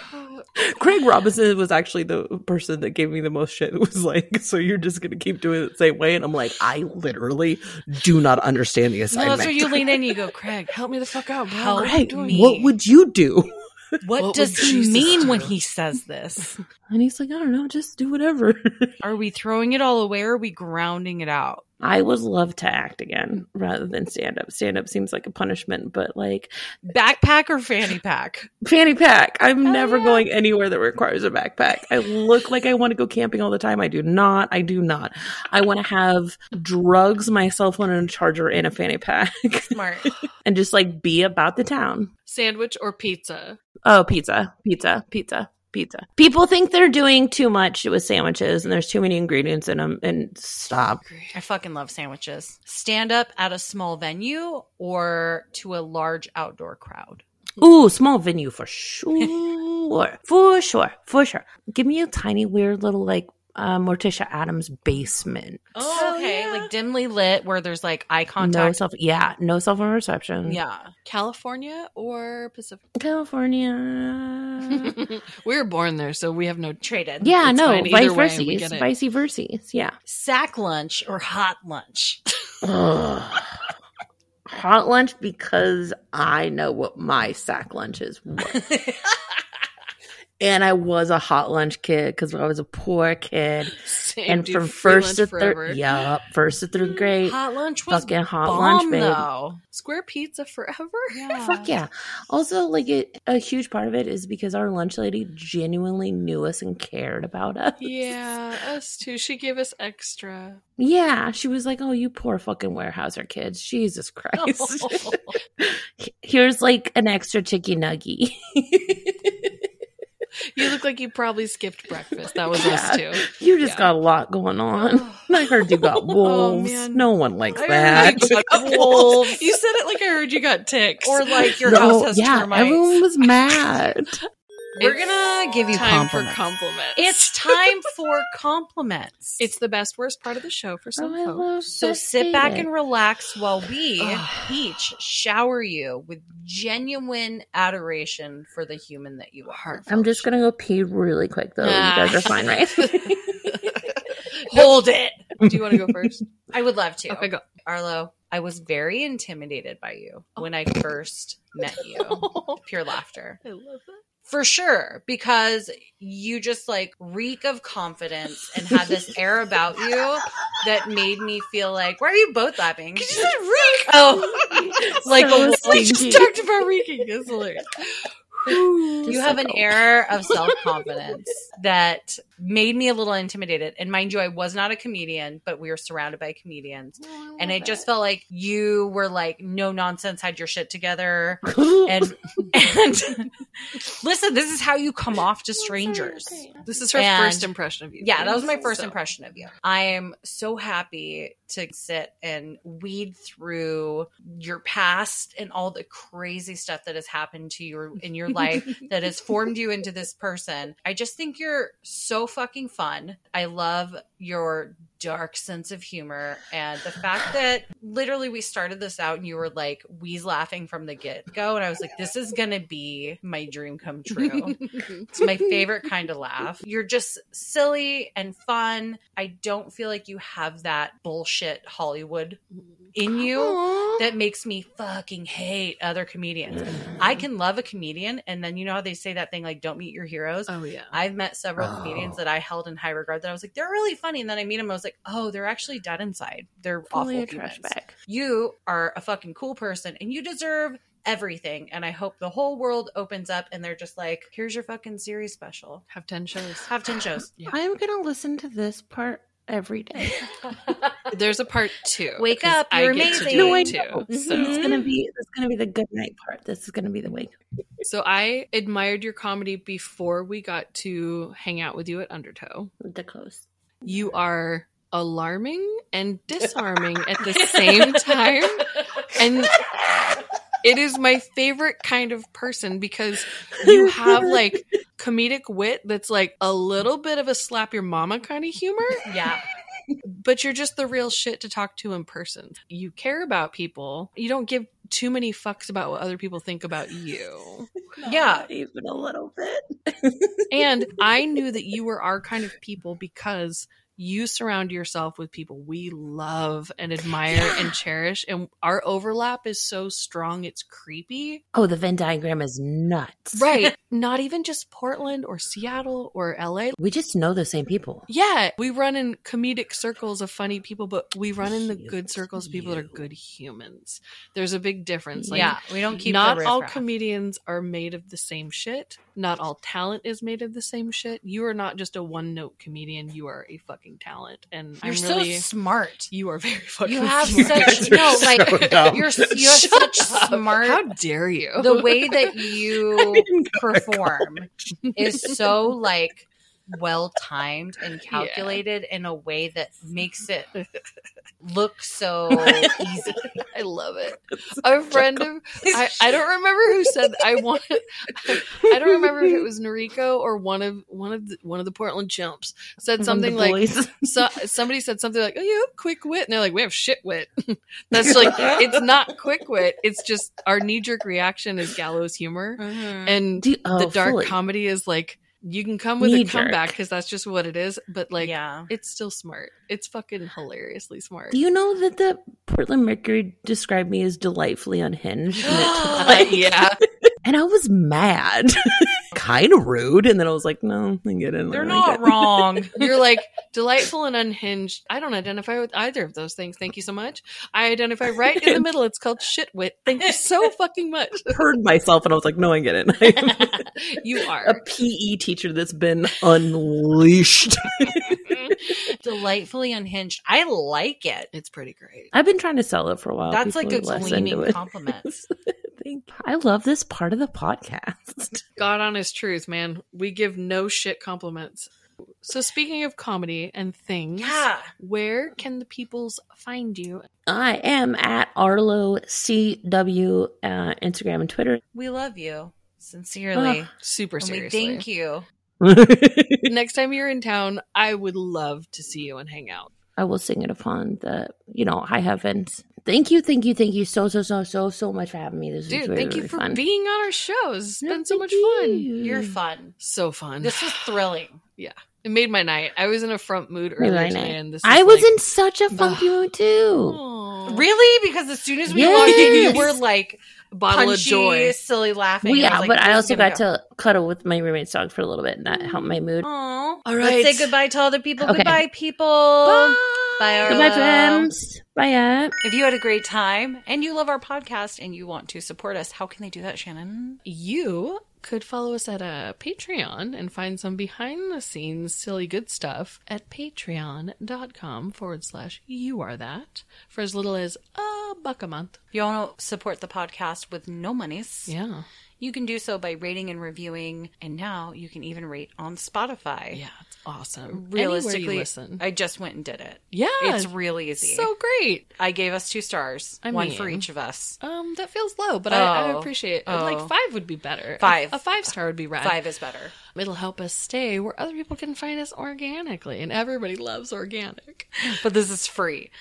S4: Craig Robinson was actually the person that gave me the most shit. It was like, so you're just gonna keep doing it the same way, and I'm like, I literally do not understand the
S3: No,
S4: assignment.
S3: that's where you lean in. You go, Craig.
S2: Help me the fuck out, bro.
S3: Help
S2: What are you
S4: Right.
S2: doing?
S3: me.
S4: What would you do?
S3: What,
S2: What
S3: does
S2: would
S3: he
S2: Jesus
S3: mean when
S2: do?
S3: he says this?
S4: And he's like, I don't know, just do whatever.
S3: Are we throwing it all away? Or are we grounding it out?
S4: I would love to act again rather than stand up. Stand up seems like a punishment, but like
S3: Backpack or fanny pack?
S4: fanny pack. I'm never going anywhere that requires a backpack. I look like I want to go camping all the time. I do not. I do not. I want to have drugs, my cell phone, and a charger in a fanny pack,
S3: Smart.
S4: and just like be about the town.
S2: Sandwich or pizza?
S4: Oh, pizza, pizza, pizza, pizza. People think they're doing too much with sandwiches, and there's too many ingredients in them. And stop.
S3: I fucking love sandwiches. Stand up at a small venue or to a large outdoor crowd.
S4: Ooh, small venue for sure, for sure, for sure. Give me a tiny, weird little like uh, Morticia Adams basement.
S3: Oh, okay.
S2: yeah.
S3: Like dimly lit where there's like eye
S4: No
S3: contact.
S4: cell, yeah, no cell phone reception.
S3: yeah.
S2: California or Pacific?
S4: California.
S2: we were born there, so we have no
S3: Traded.
S4: yeah,
S2: It's
S4: no,
S2: fine.
S4: vice
S2: Either way,
S4: versa,
S2: we get it.
S4: vice versa. Yeah.
S3: Sack lunch or hot lunch.
S4: Ugh. Hot lunch because I know what my sack lunches were. and I was a hot lunch kid because I was a poor kid.
S2: Same,
S4: and
S2: dude.
S4: from
S2: Free
S4: first to
S2: lunch
S4: third,
S2: forever.
S4: yeah, first to third grade,
S3: Hot lunch was
S4: fucking hot
S3: bomb,
S4: lunch, babe.
S3: though.
S2: Square pizza forever?
S4: Fuck yeah. Also, like it, a huge part of it is because our lunch lady genuinely knew us and cared about us.
S2: Yeah, us too. She gave us extra.
S4: Yeah, she was like, "Oh, you poor fucking warehouser kids! Jesus Christ! Here's like an extra chicky nugget."
S2: You look like you probably skipped breakfast. That was us
S4: Yeah.
S2: too. Oh.
S4: You just
S2: Yeah.
S4: got a lot going on. I heard you got wolves.
S2: man.
S4: no one likes
S2: I
S4: that.
S2: heard you got wolves. You said it like I heard you got ticks.
S3: Or like your
S4: No,
S3: house has
S4: yeah,
S3: termites.
S4: everyone was mad.
S3: We're
S2: It's
S3: gonna give you
S2: time
S3: compliments.
S2: for compliments.
S3: It's time for compliments.
S2: it's the best worst part of the show for some
S4: Oh, I
S2: folks.
S4: love
S3: so
S4: this
S3: sit back
S4: dating.
S3: and relax while we each shower you with genuine adoration for the human that you are.
S4: I'm just gonna go pee really quick though. You guys are fine, right?
S3: Hold it.
S2: Do you want to go first?
S3: I would love to.
S2: Okay, go.
S3: Arlo, I was very intimidated by you
S4: Oh.
S3: when I first met you. Pure laughter.
S2: I love that.
S3: For sure, because you just like reek of confidence and had this air about you that made me feel like, why are you both laughing? Because you said reek. Oh, like
S4: So
S3: a
S2: We just
S4: stinky.
S2: talked about reeking. That's hilarious.
S3: you
S4: Just
S3: have
S4: like
S3: an
S4: a-
S3: air of self confidence that made me a little intimidated. And mind you, I was not a comedian, but we were surrounded by comedians. and I just felt like you were like no nonsense, had your shit together. And and listen, this is how you come off to strangers.
S2: This is her
S3: And-
S2: first impression of you.
S3: Yeah, that was my first
S2: So-
S3: impression of you. I am so happy to sit and weed through your past and all the crazy stuff that has happened to you in your life that has formed you into this person. I just think you're so fucking fun. I love your dark sense of humor and the fact that literally we started this out and you were like wheeze laughing from the get-go and I was like this is going to be my dream come true. It's my favorite kind of laugh. You're just silly and fun. I don't feel like you have that bullshit Hollywood in you that makes me fucking hate other comedians. I can love a comedian, and then you know how they say that thing like, don't meet your heroes?
S2: Oh yeah.
S3: I've met several
S4: Oh.
S3: comedians that I held in high regard that I was like, they're really funny. And then I meet them, I was like, oh, they're actually dead inside. They're
S4: Fully
S3: awful
S4: a trash
S3: humans.
S4: bag.
S3: You are a fucking cool person and you deserve everything. And I hope the whole world opens up and they're just like, here's your fucking series special.
S2: Have ten shows.
S3: Have 10 shows.
S2: Yeah.
S4: I'm gonna listen to this part every day.
S2: There's a part two.
S3: Wake
S2: 'cause
S3: up,
S2: I
S3: you're
S2: get to do
S3: amazing.
S4: No, I
S2: it
S4: know.
S2: too.
S4: So
S3: Mm-hmm.
S4: it's
S2: So,
S4: gonna be it's gonna be the good night part. This is gonna be the wake.
S2: so I admired your comedy before we got to hang out with you at Undertow.
S4: The coast.
S2: You are alarming and disarming at the same time. And it is my favorite kind of person because you have like comedic wit that's like a little bit of a slap your mama kind of humor,
S3: Yeah.
S2: but you're just the real shit to talk to in person. You care about people. You don't give too many fucks about what other people think about you.
S3: Yeah.
S4: Oh, even a little bit.
S2: And I knew that you were our kind of people because you surround yourself with people we love and admire and cherish. And our overlap is so strong, it's creepy.
S4: oh, the Venn diagram is nuts.
S2: Right. Not even just Portland or Seattle or LA.
S4: We just know the same people.
S2: Yeah, we run in comedic circles of funny people, but we run in the
S4: Cute.
S2: good circles of people that are good humans. There's a big difference. Like,
S3: yeah, we don't keep
S2: not
S3: the
S2: all
S3: riffraff.
S2: comedians are made of the same shit. Not all talent is made of the same shit. You are not just a one note comedian. You are a fucking talent, and
S3: You're
S2: I'm
S3: so
S2: really
S3: smart.
S2: you are very fucking.
S3: You have
S2: smart.
S3: such no like you're s- you're
S2: Shut
S3: such
S2: up.
S3: smart.
S2: How dare you?
S3: the way that you perform is so like well timed and calculated in a way that makes it look so easy.
S2: I love it. A friend of I, I don't remember who said I want I, I don't remember if it was Noriko or one of one of the, one of the Portland chimps said something like so, somebody said something like, "Oh, you have quick wit," and they're like, "We have shit wit." That's like it's not quick wit. It's just our knee jerk reaction is gallows humor, and
S4: Do- oh,
S2: the dark
S4: fully.
S2: comedy is like you can come with a
S4: Knee-jerk.
S2: comeback because that's just what it is. But like,
S3: yeah.
S2: it's still smart. It's fucking hilariously smart.
S4: Do you know that the Portland Mercury described me as delightfully unhinged? And, it took,
S2: Uh,
S4: like-
S2: yeah,
S4: and I was mad, kind of rude. And then I was like, no, I get it. I
S3: They're
S4: get
S3: not
S4: it.
S3: wrong.
S2: You're like delightful and unhinged. I don't identify with either of those things. Thank you so much. I identify right in the middle. It's called shit wit. Thank you so fucking much.
S4: Heard myself, and I was like, no, I get it. I am
S2: You
S4: a
S2: are.
S4: PE teacher that's been unleashed.
S3: Delightfully unhinged. I like it.
S2: It's pretty great.
S4: I've been trying to sell it for a while.
S3: That's
S4: People
S3: like a
S4: are less
S3: gleaming
S4: into it.
S3: compliment.
S4: Thank- I love this part of the podcast.
S2: God honest truth, man. We give no shit compliments. So speaking of comedy and things,
S3: Yeah.
S2: where can the peoples find you?
S4: I am at Arlo CW uh, Instagram and Twitter.
S3: We love you. Sincerely.
S4: Ugh.
S2: Super
S3: And we
S2: seriously.
S3: thank you.
S2: Next time you're in town, I would love to see you and hang out.
S4: I will sing it upon the you know high heavens. Thank you, thank you, thank you so so so so so much for having me. This is
S2: Dude,
S4: really,
S2: thank you
S4: really
S2: for
S4: fun.
S2: being on our shows. It's
S4: No,
S2: been so
S4: thank
S2: much fun.
S4: you.
S3: You're fun.
S2: So fun.
S3: This was thrilling.
S2: It made my night. I was in a front mood
S4: Really
S2: earlier
S4: nice.
S2: today, and this
S4: I
S2: is
S4: was
S2: like,
S4: in such a funky mood too.
S2: Aw.
S3: Really? Because as soon as we
S4: Yes.
S3: walked in, you were like
S2: bottle of
S3: punchy,
S2: joy.
S3: silly laughing.
S4: Well,
S3: And was
S4: yeah,
S3: like,
S4: but I
S3: "This
S4: also
S3: is gonna
S4: got
S3: go."
S4: to cuddle with my roommate's dog for a little bit, and that helped my mood.
S3: Aw.
S2: All right.
S3: Let's say goodbye to all the people.
S4: Okay.
S3: Goodbye, people. Bye, Arlo.
S4: Goodbye, friends. Bye, yeah.
S3: If you had a great time and you love our podcast and you want to support us, how can they do that, Shannon?
S2: You could follow us at uh, Patreon and find some behind the scenes silly good stuff at patreon.com forward slash you are that for as little as a buck a month.
S3: If you want to support the podcast with no monies,
S2: Yeah.
S3: you can do so by rating and reviewing. And now you can even rate on Spotify.
S2: Yeah. It's awesome. Anywhere
S3: Realistically,
S2: you listen.
S3: I just went and did it.
S2: yeah.
S3: It's real easy.
S2: so great.
S3: I gave us two stars,
S2: I
S3: one
S2: mean-
S3: for each of us.
S2: Um, that feels low, but I, I
S3: Oh.
S2: appreciate it.
S3: Oh.
S2: Like five would be better. A-
S3: Five.
S2: A, five star would be rad.
S3: Five is better.
S2: It'll help us stay where other people can find us organically, and everybody loves organic.
S3: but this is free.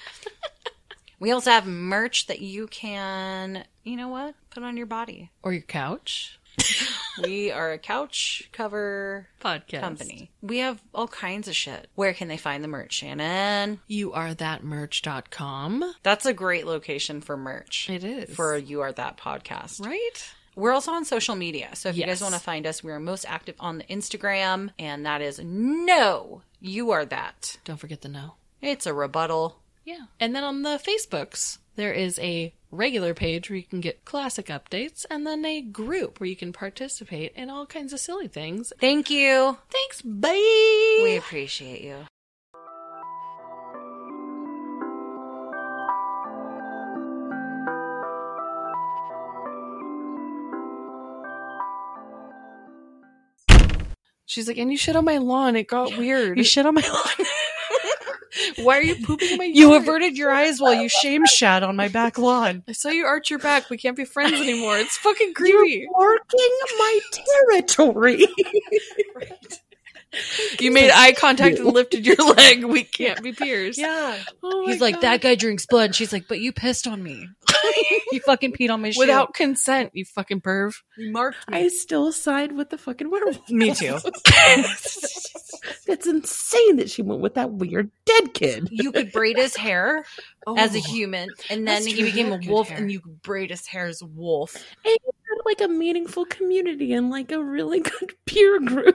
S3: we also have merch that you can, you know what, put on your body.
S2: Or your couch
S3: We are a couch cover
S2: podcast
S3: company. We have all kinds of shit. Where can they find the merch, Shannon?
S2: You are that merch.com.
S3: That's a great location for merch.
S2: It is.
S3: For You Are That podcast.
S2: Right?
S3: We're also on social media. So if you guys
S2: Yes.
S3: want to find us, we are most active on the Instagram, and that is no, you are that.
S2: Don't forget the no.
S3: It's a rebuttal.
S2: Yeah. And then on the Facebooks, there is a regular page where you can get classic updates and then a group where you can participate in all kinds of silly things.
S3: Thank you.
S2: Thanks, bye.
S3: We appreciate you.
S2: She's like, and you shit on my lawn. It got weird.
S3: shit on my lawn.
S2: Why are you pooping in my
S3: You
S2: yard?
S3: averted your eyes while you shame shat on my back lawn.
S2: I saw you arch your back. We can't be friends anymore. It's fucking creepy.
S4: Marking my territory.
S2: You made eye contact and lifted your leg. We can't be peers.
S3: Yeah.
S2: Oh my
S3: He's like,
S2: God.
S3: that guy drinks blood. She's like, but you pissed on me. you fucking peed on my shoe.
S2: without consent, you fucking perv.
S3: you marked
S6: I still side with the fucking werewolf.
S3: Me too.
S6: That's insane that she went with that weird dead kid.
S3: you could braid his hair
S2: Oh.
S3: as a human, and then
S2: That's
S3: he
S2: true,
S3: became
S2: hair
S3: a
S2: could
S3: wolf,
S2: hair.
S3: and you could braid his hair as a wolf.
S6: And you had like a meaningful community and like a really good peer group.